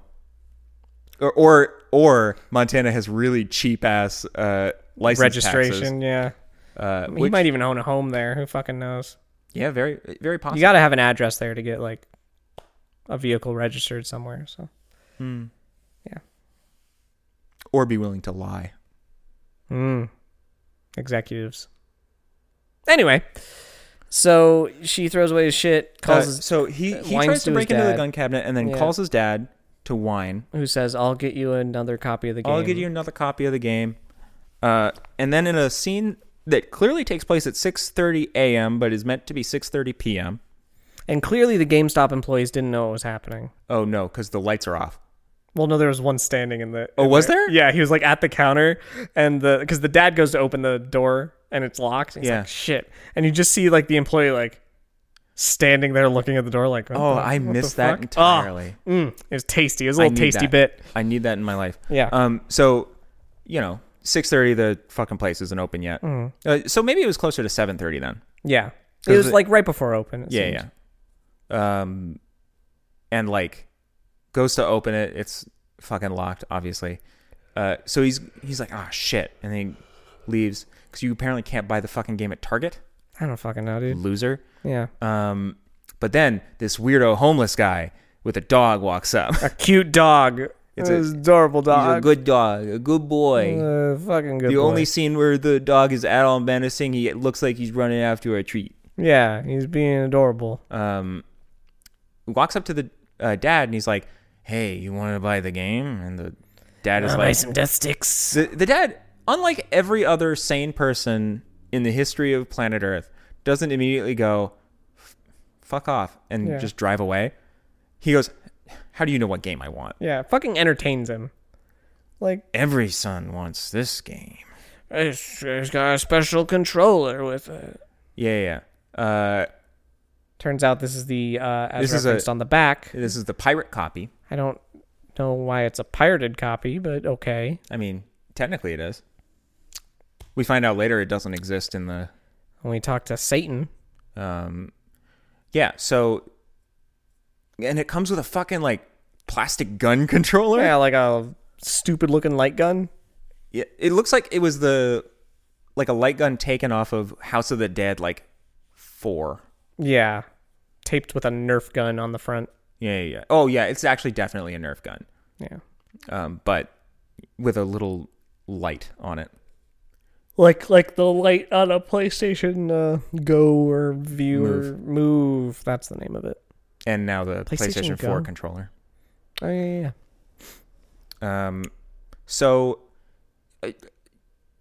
S3: or or, or Montana has really cheap ass uh, license
S2: Registration.
S3: taxes.
S2: Yeah.
S3: Uh,
S2: He
S3: which-
S2: might even own a home there. Who fucking knows?
S3: yeah, very very possible.
S2: You got to have an address there to get like a vehicle registered somewhere. So
S3: or be willing to lie. Hmm.
S2: executives. Anyway, so she throws away his shit. Calls
S3: Uh,
S2: his,
S3: so he, he
S2: whines
S3: tries to
S2: to his
S3: break into the
S2: dad.
S3: gun cabinet and then
S2: Yeah.
S3: calls his dad to whine.
S2: who says, "I'll get you another copy of the game."
S3: I'll give you another copy of the game. Uh, and then in a scene that clearly takes place at 6:30 a.m. but is meant to be 6:30 p.m.
S2: And clearly, the GameStop employees didn't know what was happening.
S3: Oh no, because the lights are off.
S2: Well, no, there was one standing in the.
S3: Oh,
S2: in
S3: was
S2: the-
S3: there?
S2: Yeah, he was like at the counter, and the because the dad goes to open the door and it's locked. And he's
S3: Yeah.
S2: like, shit, and you just see like the employee like standing there looking at the door, like,
S3: Oh, I missed that entirely.
S2: Mm, it was tasty. It was a
S3: I
S2: little
S3: need
S2: tasty
S3: that.
S2: bit.
S3: I need that in my life.
S2: Yeah.
S3: Um. So, you know, 6:30 the fucking place isn't open yet.
S2: Mm.
S3: Uh, so maybe it was closer to 7:30 then.
S2: Yeah, it was
S3: it-
S2: like right before open. It
S3: Yeah,
S2: seems.
S3: yeah. Um, and like goes to open it. It's fucking locked, obviously. Uh, so he's he's like, ah, shit, and then he leaves because you apparently can't buy the fucking game at Target.
S2: I don't fucking know, dude.
S3: Loser.
S2: Yeah,
S3: Um, but then this weirdo homeless guy with a dog walks up.
S2: a cute dog. It's
S3: a-
S2: an adorable
S3: he's a
S2: dog.
S3: good dog, a good boy.
S2: uh, fucking good.
S3: the
S2: boy.
S3: only scene where the dog is at all menacing, he it looks like he's running after a treat.
S2: yeah, he's being adorable.
S3: um, walks up to the uh, dad and he's like, "Hey, you want to buy the game?" And the dad is like,
S2: some death sticks.
S3: the, "The dad, unlike every other sane person in the history of planet Earth, doesn't immediately go, "F- fuck off," and
S2: Yeah.
S3: just drive away. He goes, "How do you know what game I want?"
S2: Yeah, fucking entertains him. Like
S3: Every son wants this game.
S2: It's, it's got a special controller with it.
S3: Yeah, yeah. yeah. Uh,
S2: Turns out this is the uh, as
S3: This is a-
S2: referenced on the back.
S3: this is the pirate copy.
S2: I don't know why it's a pirated copy, but okay.
S3: I mean, technically it is. We find out later it doesn't exist in the
S2: And we talk to Satan.
S3: Um, yeah. So, and it comes with a fucking like plastic gun controller.
S2: Yeah, like a stupid looking light gun.
S3: Yeah, It looks like it was the like a light gun taken off of House of the Dead, like four.
S2: Yeah, taped with a Nerf gun on the front.
S3: Yeah, yeah. yeah. Oh, yeah. It's actually definitely a Nerf gun,
S2: Yeah,
S3: um, but with a little light on it.
S2: like like the light on a PlayStation uh, Go or View or Move. That's the name of it.
S3: And now the
S2: PlayStation
S3: PlayStation, 4
S2: Go.
S3: controller.
S2: Oh yeah, yeah, yeah.
S3: Um, so, uh,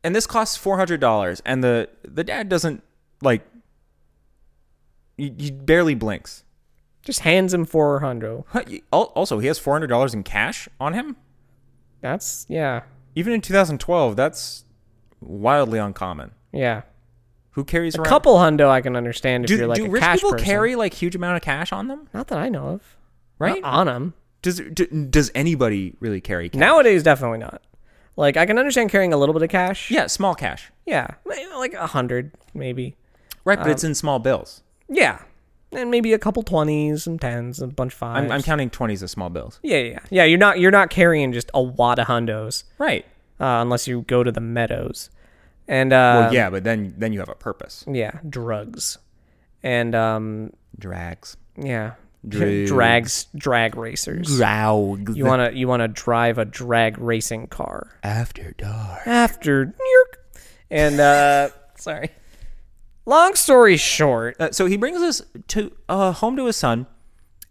S3: and this costs four hundred dollars, and the the dad doesn't like. He, he barely blinks.
S2: Just hands him four hundred.
S3: Huh, y- al- Also, he has four hundred dollars in cash on him.
S2: That's yeah,
S3: Even in 2012, that's wildly uncommon.
S2: yeah.
S3: Who carries
S2: A
S3: around?
S2: couple hundo I can understand if
S3: Do,
S2: you're like
S3: do
S2: a
S3: rich
S2: cash
S3: people
S2: person.
S3: carry like huge amount of cash on them?
S2: Not that I know of.
S3: Right?
S2: Not on them.
S3: Uh, Does do, does anybody really carry? cash?
S2: Nowadays, definitely not. Like I can understand carrying a little bit of cash.
S3: Yeah, small cash.
S2: Yeah, maybe like a hundred maybe.
S3: Right, but it's in small bills.
S2: Yeah, and maybe a couple twenties and tens and a bunch of 5s
S3: I'm, I'm counting twenties as small bills.
S2: yeah, yeah, yeah. You're not you're not carrying just a wad of hundos
S3: Right.
S2: uh, unless you go to the meadows, and uh,
S3: well, yeah, but then then you have a purpose.
S2: yeah, drugs, and um,
S3: Drags.
S2: yeah,
S3: Drugs.
S2: drags drag racers.
S3: Drags.
S2: You wanna you wanna drive a drag racing car.
S3: after dark.
S2: after Yerk. and uh sorry long story short
S3: Uh, so he brings us to uh, home to his son,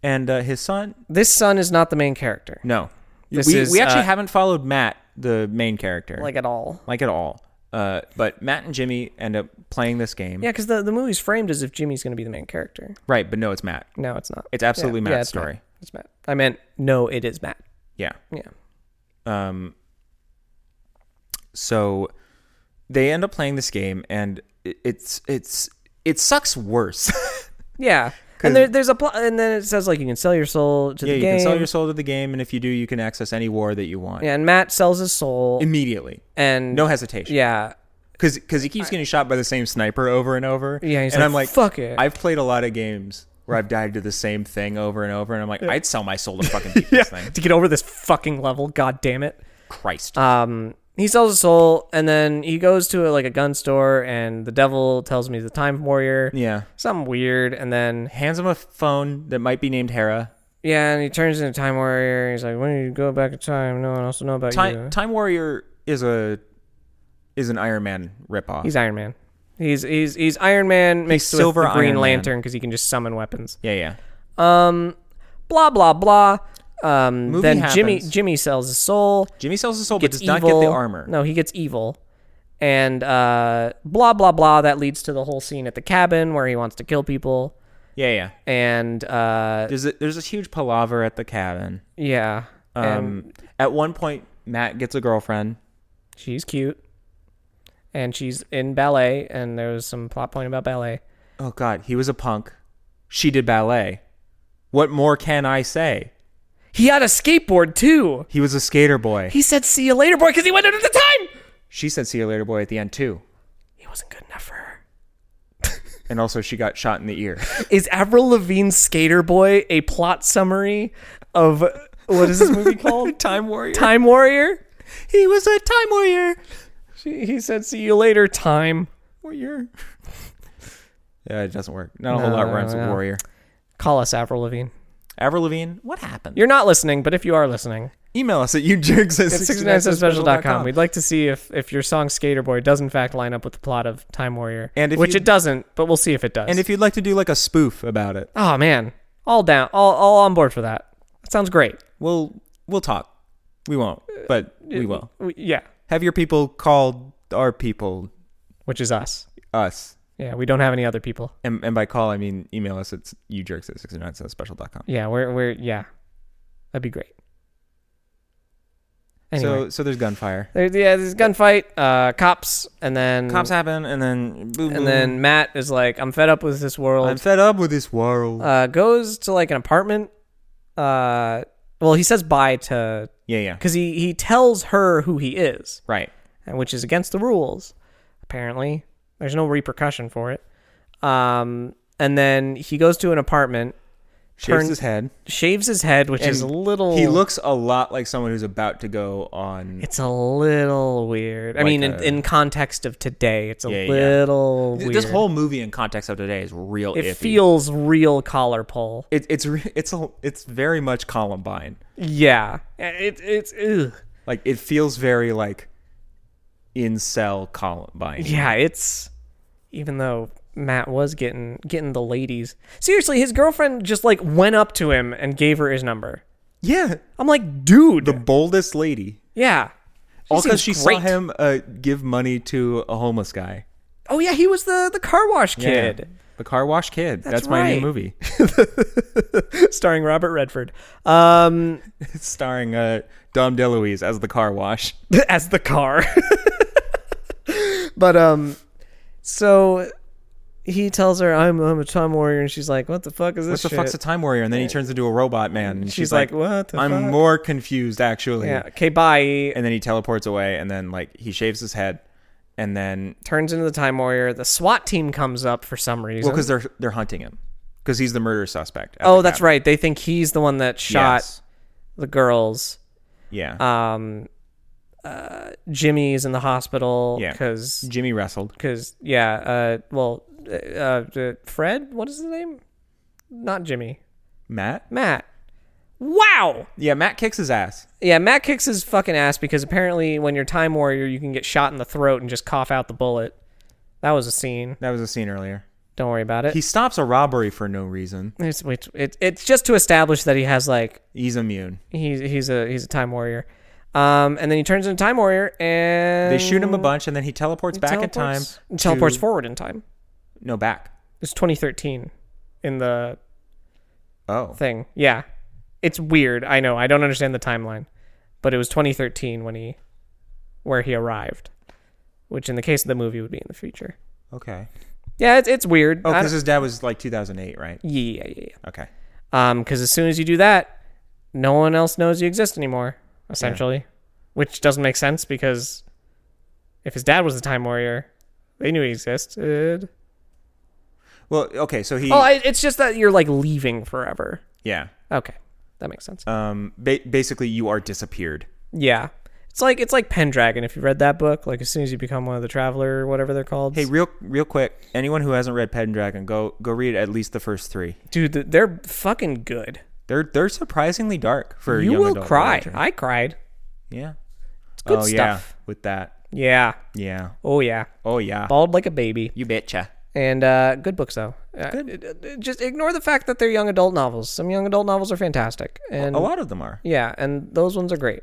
S3: and uh, his son.
S2: this son is not the main character
S3: No,
S2: This
S3: we
S2: is,
S3: we actually
S2: uh,
S3: haven't followed Matt, the main character,
S2: like at all
S3: like at all. Uh, but Matt and Jimmy end up playing this game.
S2: yeah because the, the movie's framed as if jimmy's going to be the main character
S3: Right, but no, it's Matt.
S2: no it's not
S3: It's absolutely
S2: Yeah,
S3: Matt's
S2: it's
S3: story.
S2: Matt. it's matt i meant no it is matt
S3: Yeah.
S2: yeah
S3: Um, so they end up playing this game, and it- it's it's it sucks worse.
S2: yeah and there, there's a plot and then it says like you can sell your soul to
S3: yeah,
S2: the
S3: you
S2: game
S3: can sell your soul to the game, and if you do, you can access any war that you want
S2: yeah and matt sells his soul
S3: immediately,
S2: and
S3: no hesitation.
S2: yeah
S3: because he keeps getting shot by the same sniper over and over.
S2: Yeah, he's
S3: and
S2: like,
S3: I'm like,
S2: "Fuck it."
S3: I've played a lot of games where I've died to the same thing over and over, and I'm like, I'd sell my soul to fucking beat this thing.
S2: to get over this fucking level god damn it
S3: Christ.
S2: um he sells his soul and then he goes to like a gun store and the devil tells me he's a time warrior
S3: yeah.
S2: something weird and then
S3: Hands him a phone that might be named Hera.
S2: yeah and he turns into a time warrior he's like when do you go back in time no one else will know about
S3: Time
S2: you
S3: Time Warrior is a is an Iron Man ripoff.
S2: he's iron man he's he's he's iron man mixed
S3: Silver
S2: with the green
S3: Iron Man.
S2: lantern because he can just summon weapons
S3: yeah, yeah.
S2: um blah blah blah um
S3: Movie
S2: then jimmy
S3: happens.
S2: jimmy sells his soul
S3: Jimmy sells his soul, but
S2: gets
S3: does not get the
S2: evil.
S3: armor.
S2: No, he gets evil. And uh, blah blah blah. That leads to the whole scene at the cabin where he wants to kill people.
S3: Yeah, yeah.
S2: And uh,
S3: There's a, there's a huge palaver at the cabin.
S2: yeah, and
S3: Um, at one point, Matt gets a girlfriend.
S2: she's cute, and she's in ballet. And there was some plot point about ballet.
S3: Oh God, he was a punk. She did ballet. What more can I say?
S2: He had a skateboard too.
S3: He was a skater boy.
S2: He said, "See you later, boy," because he went out at the time.
S3: She said "see you later, boy" at the end too,
S2: He wasn't good enough for her.
S3: and also she got shot in the ear.
S2: Is Avril Lavigne's Skater Boy a plot summary of what is this movie called?
S3: Time warrior.
S2: Time Warrior.
S3: He was a time warrior.
S2: She, he said, "See you later, time."
S3: Warrior. yeah, it doesn't work. Not a whole lot
S2: No,
S3: rhymes with
S2: no.
S3: warrior.
S2: Call us, Avril Lavigne.
S3: Avril Lavigne, what happened?
S2: You're not listening, but if you are listening,
S3: Email us at youjinx at
S2: it's 69centspecial.com. We'd like to see if, if your song Skater Boy does in fact line up with the plot of Time Warrior,
S3: And if
S2: which
S3: you-
S2: it doesn't, but we'll see if it does.
S3: And if you'd like to do like a spoof about it,
S2: oh man, all down, all, all on board for that. That sounds great.
S3: we'll we'll talk. We won't, but we will.
S2: We, Uh, yeah,
S3: Have your people call our people
S2: which is us.
S3: us.
S2: Yeah, we don't have any other people.
S3: And, and by call, I mean email us at youjinx at 69centspecial.com.
S2: Yeah, we're we're yeah, that'd be great. Anyway,
S3: So so there's gunfire.
S2: there, yeah, there's a gunfight, uh, cops, and then
S3: Cops happen, and then boom, boom.
S2: and then Matt is like, "I'm fed up with this world."
S3: I'm fed up with this world.
S2: uh, goes to like an apartment. Uh, well, he says bye to
S3: yeah, yeah,
S2: because he he tells her who he is,
S3: right.
S2: and which is against the rules. Apparently, there's no repercussion for it. Um, and then he goes to an apartment,
S3: Shaves
S2: turn-
S3: his head.
S2: shaves his head, which is a
S3: and
S2: little.
S3: He looks a lot like someone who's about to go on.
S2: It's a little weird. I mean, in,
S3: a-
S2: in context of today, it's a
S3: Yeah, yeah.
S2: little weird.
S3: This whole movie in context of today is real.
S2: it
S3: iffy.
S2: feels real collar pull.
S3: It, it's re- it's a, it's very much Columbine.
S2: Yeah, it, it's ugh.
S3: Like it feels very like incel Columbine.
S2: yeah, it's even though Matt was getting getting the ladies. Seriously, his girlfriend just like went up to him and gave her his number.
S3: Yeah,
S2: I'm like, dude,
S3: the boldest lady.
S2: yeah.
S3: All because she
S2: seems
S3: saw
S2: great.
S3: him uh, give money to a homeless guy.
S2: Oh yeah, he was the the car wash
S3: Yeah.
S2: kid,
S3: the car wash kid. That's, my new
S2: right.
S3: movie.
S2: starring Robert Redford, um,
S3: It's starring uh, Dom DeLuise as the car wash.
S2: as the car. but um, So he tells her, "I'm I'm a time warrior," and she's like, "What the fuck is this
S3: What the
S2: shit?"
S3: fuck's a time warrior? And then he turns into a robot man. And
S2: She's
S3: she's,
S2: like,
S3: like,
S2: "What the
S3: I'm
S2: fuck?"
S3: more confused actually.
S2: yeah. Okay, bye. And
S3: And then he teleports away, and then like he shaves his head, and then
S2: turns into the time warrior. The SWAT team comes up for some reason.
S3: well, because they're they're hunting him, because he's the murder suspect.
S2: oh, that's right. They think he's the one that shot the girls.
S3: Yeah.
S2: Um, uh, Jimmy's in the hospital
S3: Yeah.
S2: because
S3: Jimmy wrestled.
S2: because yeah uh well uh, uh fred what is his name not jimmy
S3: Matt.
S2: matt wow
S3: Yeah, Matt kicks his ass.
S2: yeah matt kicks his fucking ass because apparently when you're time warrior you can get shot in the throat and just cough out the bullet that was a scene
S3: That was a scene earlier.
S2: don't worry about it
S3: He stops a robbery for no reason.
S2: it's, it's, it's- it's just to establish that he has like
S3: He's immune.
S2: he's he's a he's a time warrior um and then he turns into a time warrior and
S3: They shoot him a bunch, and then he teleports back in time.
S2: teleports- teleports
S3: to-
S2: forward in time
S3: No, back.
S2: it's 2013 in the
S3: Oh,
S2: thing. Yeah. It's weird. I know. I don't understand the timeline. But it was 2013 when he where he arrived, which in the case of the movie would be in the future.
S3: okay.
S2: Yeah, it's it's weird.
S3: Oh,
S2: I
S3: because
S2: don't-
S3: his dad was like 2008, right?
S2: yeah, yeah, yeah.
S3: Okay.
S2: Um cuz as soon as you do that, no one else knows you exist anymore, essentially. Which doesn't make sense because if his dad was the time warrior, they knew he existed.
S3: Well, okay. So he.
S2: Oh, I, it's just that you're like leaving forever.
S3: yeah.
S2: Okay. That makes sense.
S3: Um. Ba- basically, you are disappeared.
S2: Yeah. It's like it's like Pendragon if you read that book, like as soon as you become one of the traveler or whatever they're called.
S3: Hey, real, real quick. Anyone who hasn't read Pendragon, go, go read at least the first three.
S2: dude, th- they're fucking good.
S3: They're, they're surprisingly dark for a
S2: You
S3: young
S2: will
S3: adult
S2: cry.
S3: literature.
S2: I cried.
S3: Yeah. It's
S2: good
S3: oh, Yeah,
S2: stuff.
S3: with that.
S2: Yeah.
S3: Yeah.
S2: Oh yeah.
S3: Oh yeah.
S2: Bald like a baby.
S3: You betcha.
S2: And uh good books though. Good. just ignore the fact that they're young adult novels. Some young adult novels are fantastic. And
S3: A lot of them are.
S2: yeah, and those ones are great.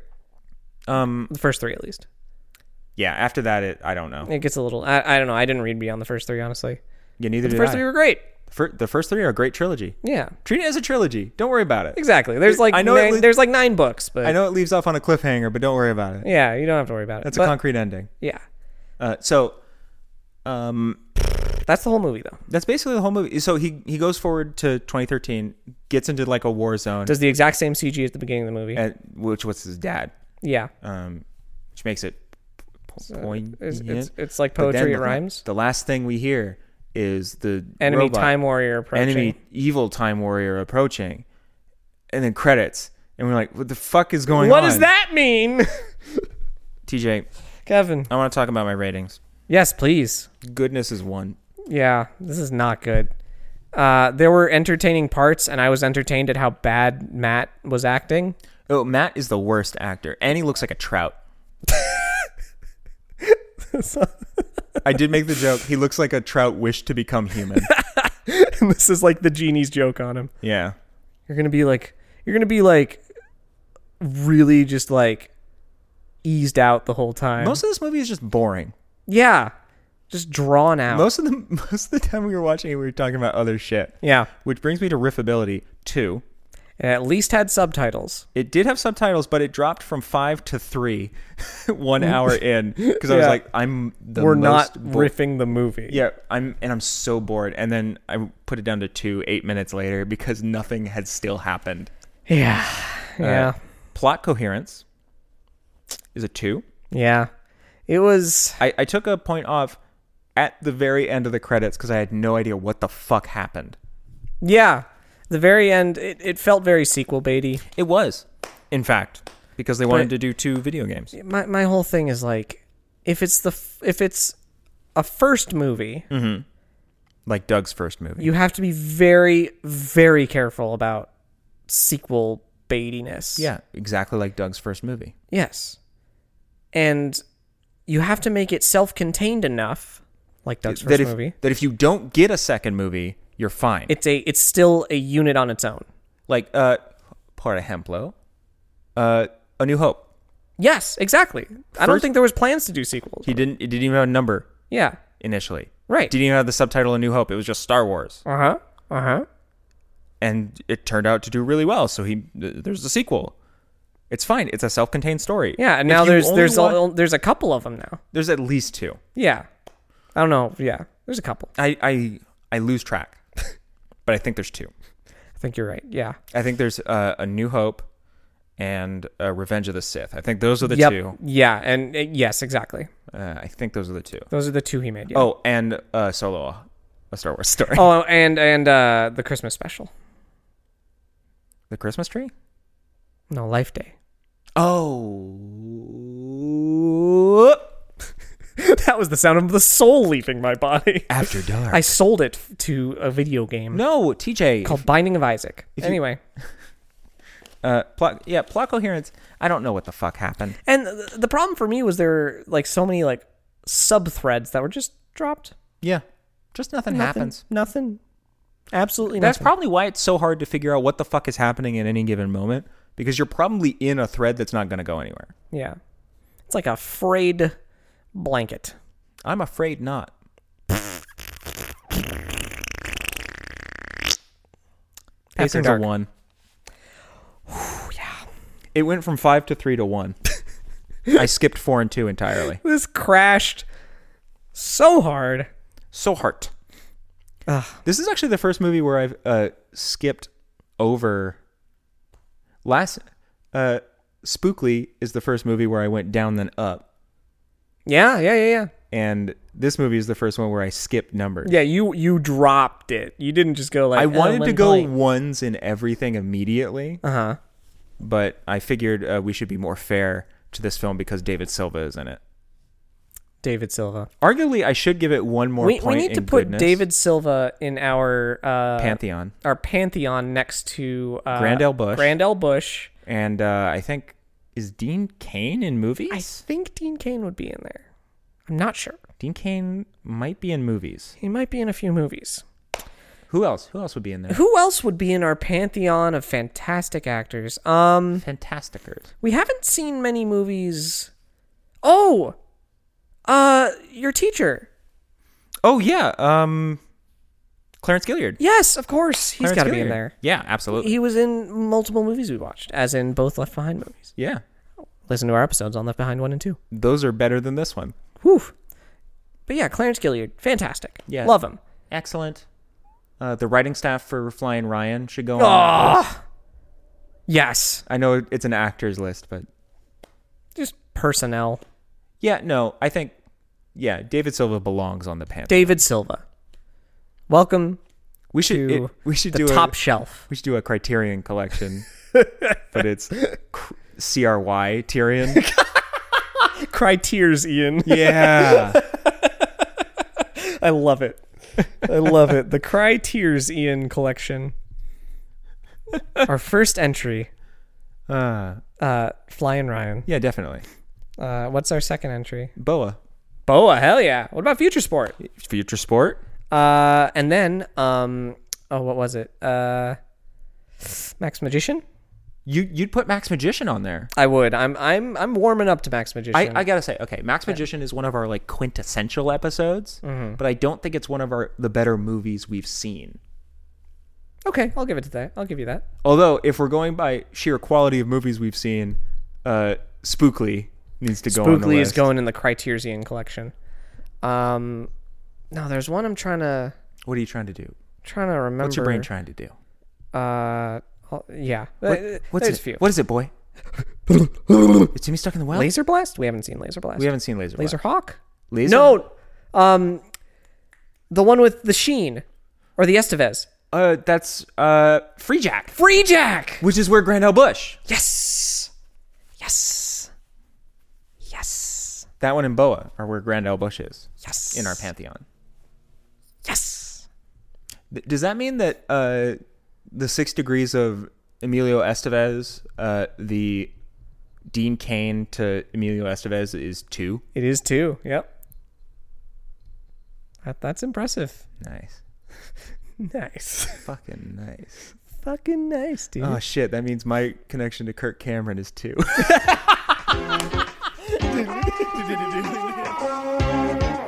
S3: Um.
S2: The first 3 at least.
S3: Yeah. After that, it. I don't know.
S2: It gets a little I, I don't know. I didn't read beyond the first 3 honestly.
S3: Yeah. Neither
S2: The
S3: did
S2: first
S3: I.
S2: 3 were great.
S3: Fir- the first three are a great trilogy.
S2: Yeah.
S3: Treat it as a trilogy. Don't worry about it.
S2: Exactly. There's like
S3: I know it
S2: nine,
S3: was-
S2: there's like 9 books, but
S3: I know it leaves off on a cliffhanger, but don't worry about it.
S2: Yeah, you don't have to worry about it.
S3: That's
S2: But-
S3: a concrete ending.
S2: Yeah.
S3: Uh, so, um,
S2: That's the whole movie, though.
S3: that's basically the whole movie. So he he goes forward to 2013, gets into like a war zone,
S2: Does the exact same CG at the beginning of the movie.
S3: at, which was his dad,
S2: yeah.
S3: um, which makes it p- poignant.
S2: It's, it's, it's like
S3: But then
S2: poetry, it
S3: the-
S2: rhymes.
S3: The last thing we hear is the
S2: Enemy
S3: robot-
S2: time warrior approaching.
S3: enemy evil time warrior approaching, and then credits, and we're like, what the fuck is going
S2: What
S3: on?
S2: does that mean?
S3: TJ?
S2: Kevin.
S3: I want to talk about my ratings.
S2: Yes, please.
S3: Goodness is one.
S2: Yeah, this is not good. Uh, there were entertaining parts, and I was entertained at how bad Matt was acting.
S3: Oh, Matt is the worst actor, and he looks like a trout. I did make the joke. He looks like a trout wished to become human.
S2: this is like the genie's joke on him.
S3: Yeah.
S2: You're gonna be like, you're gonna be like, really just like eased out the whole time.
S3: Most of this movie is just boring.
S2: yeah, just drawn out.
S3: Most of the most of the time we were watching it, we were talking about other shit.
S2: yeah.
S3: Which brings me to riffability two.
S2: It at least had subtitles.
S3: It did have subtitles, but it dropped from five to three, one hour in, because I was
S2: Yeah.
S3: like, "I'm the
S2: We're
S3: most
S2: not riffing the movie.
S3: Yeah, I'm and I'm so bored. And then I put it down to two eight minutes later because nothing had still happened.
S2: Yeah. Yeah.
S3: Plot coherence is a two.
S2: yeah. It was
S3: I, I took a point off at the very end of the credits because I had no idea what the fuck happened.
S2: yeah. The very end it, it felt very sequel baity.
S3: It was, in fact, because they wanted
S2: But-
S3: to do two video games.
S2: My my whole thing is like if it's the f- if it's a first movie,
S3: Mm. Like Doug's first movie.
S2: you have to be very very careful about sequel baitiness.
S3: yeah, exactly like Doug's first movie.
S2: Yes. And you have to make it self-contained enough like Doug's first
S3: that if
S2: movie.
S3: that if you don't get a second movie, you're fine.
S2: It's a it's still a unit on its own.
S3: like uh, part of Hemplo, uh, A New Hope.
S2: Yes, exactly. I don't
S3: First-
S2: think there was plans to do sequels.
S3: He didn't. It didn't even have a number
S2: yeah.
S3: initially.
S2: Right.
S3: It didn't even have the subtitle "A New Hope." It was just Star Wars,
S2: Uh huh. Uh huh.
S3: and it turned out to do really well. So he th- there's a sequel. It's fine. It's a self-contained story.
S2: Yeah. And
S3: If
S2: now
S3: you
S2: there's
S3: only
S2: there's
S3: want-
S2: a, there's a couple of them now.
S3: there's at least two.
S2: Yeah. I don't know. Yeah. There's a couple.
S3: I I, I lose track, but I think there's two.
S2: I think you're right. Yeah.
S3: I think there's uh, a New Hope and uh, Revenge of the Sith. I think those are the
S2: yep.
S3: two.
S2: Yeah. And uh, yes, exactly.
S3: Uh, I think those are the two.
S2: Those are the two he made. Yeah.
S3: Oh, and uh, Solo, a Star Wars story.
S2: Oh, and and uh, the Christmas special.
S3: The Christmas tree.
S2: No, Life Day.
S3: Oh.
S2: that was the sound of the soul leaving my body.
S3: After dark.
S2: I sold it f- to a video game
S3: no, TJ.
S2: called Binding of Isaac. Anyway,
S3: Uh, plot, yeah, plot coherence. I don't know what the fuck happened.
S2: and th- the problem for me was there were like so many like sub threads that were just dropped.
S3: Yeah, just nothing,
S2: Nothing,
S3: happens.
S2: Nothing. Absolutely
S3: That's
S2: nothing.
S3: probably why it's so hard to figure out what the fuck is happening in any given moment because you're probably in a thread that's not going to go anywhere.
S2: yeah. It's like a frayed blanket.
S3: I'm afraid not. Pacing's a
S2: dark.
S3: one. yeah. It went from five to three to one. I skipped four and two entirely.
S2: This crashed so hard.
S3: So heart. This is actually the first movie where I've uh, skipped over. Last, uh, Spookly is the first movie where I went down then up,
S2: Yeah, yeah, yeah, yeah.
S3: and this movie is the first one where I skipped numbers.
S2: Yeah, you you dropped it. You didn't just go like
S3: I wanted to go
S2: Uh
S3: ones in everything immediately,
S2: huh.
S3: but I figured uh, we should be more fair to this film because David Silva is in it.
S2: David Silva.
S3: Arguably, I should give it one more
S2: We, we
S3: point
S2: need to
S3: in
S2: put
S3: goodness.
S2: David Silva in our uh,
S3: Pantheon
S2: our pantheon next to uh,
S3: Grandel Bush.
S2: Grandel Bush.
S3: and uh, I think is Dean Kane in movies.
S2: I think Dean Kane would be in there. I'm not sure.
S3: Dean Kane might be in movies.
S2: He might be in a few movies.
S3: Who else? Who else would be in there?
S2: Who else would be in our pantheon of fantastic actors? Um,
S3: Fantasticers.
S2: we haven't seen many movies. Oh, uh, your teacher.
S3: Oh yeah, um, Clarence Gilliard.
S2: Yes, of course. He's
S3: Clarence
S2: got to be in
S3: Gilliard.
S2: there.
S3: Yeah, absolutely.
S2: He was in multiple movies we watched, as in both Left Behind movies.
S3: yeah,
S2: Listen to our episodes on Left Behind 1 and 2.
S3: those are better than this one.
S2: Whew. But yeah, Clarence Gilliard, fantastic.
S3: Yeah.
S2: Love him.
S3: Excellent. Uh, the writing staff for Flying Ryan should go on. that list.
S2: Ah. Yes.
S3: Ah! I know it's an actors list, but
S2: Just personnel.
S3: yeah, no, I think yeah, David Silva belongs on the panel.
S2: David Silva. Welcome
S3: we should
S2: to
S3: it- we should
S2: the
S3: do
S2: top
S3: a,
S2: shelf.
S3: we should do a Criterion collection, but it's cr- C R Y Tyrion.
S2: Cry tears, Ian.
S3: Yeah,
S2: I love it. I love it. The Cry Tears Ian collection. Our first entry,
S3: uh,
S2: uh, Flying Ryan.
S3: yeah, definitely.
S2: Uh, what's our second entry?
S3: Boa,
S2: Boa, hell yeah. What about Future Sport?
S3: future sport.
S2: Uh, and then, um, oh, what was it? Uh, Max Magician.
S3: You you'd put Max Magician on there.
S2: I would. I'm I'm I'm warming up to Max Magician.
S3: I, I gotta say, okay, Max Magician is one of our like quintessential episodes,
S2: Mm-hmm.
S3: but I don't think it's one of our the better movies we've seen.
S2: okay, I'll give it to that. I'll give you that.
S3: Although, if we're going by sheer quality of movies we've seen, uh, Spookly needs to go on the
S2: Boogly is
S3: list.
S2: going in the Criterion collection. Um, no, there's one I'm trying to
S3: what are you trying to do?
S2: trying to remember.
S3: What's your brain trying to do?
S2: Uh, I'll- yeah. Uh,
S3: What's
S2: there's
S3: it?
S2: a few.
S3: What is it, boy? Is Timmy stuck in the well?
S2: Laser Blast? We haven't seen Laser Blast.
S3: We haven't seen Laser.
S2: Laser
S3: Blast.
S2: Hawk.
S3: Laser.
S2: No. Um, the one with the Sheen or the Estevez.
S3: Uh, that's uh, Free Jack,
S2: Free Jack.
S3: which is where Grandel Bush.
S2: Yes. Yes. Yes.
S3: That one and Boa are where Grandel Bush is
S2: Yes.
S3: in our pantheon.
S2: Yes.
S3: Th- Does that mean that uh, the six degrees of Emilio Estevez, uh, the Dean Kane to Emilio Estevez is two?
S2: It is too. Yep. That, that's impressive.
S3: Nice.
S2: Nice.
S3: Fucking nice.
S2: Fucking nice, dude.
S3: Oh shit, that means my connection to Kirk Cameron is two.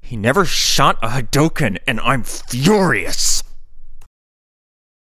S3: He never shot a Hadoken, and I'm furious.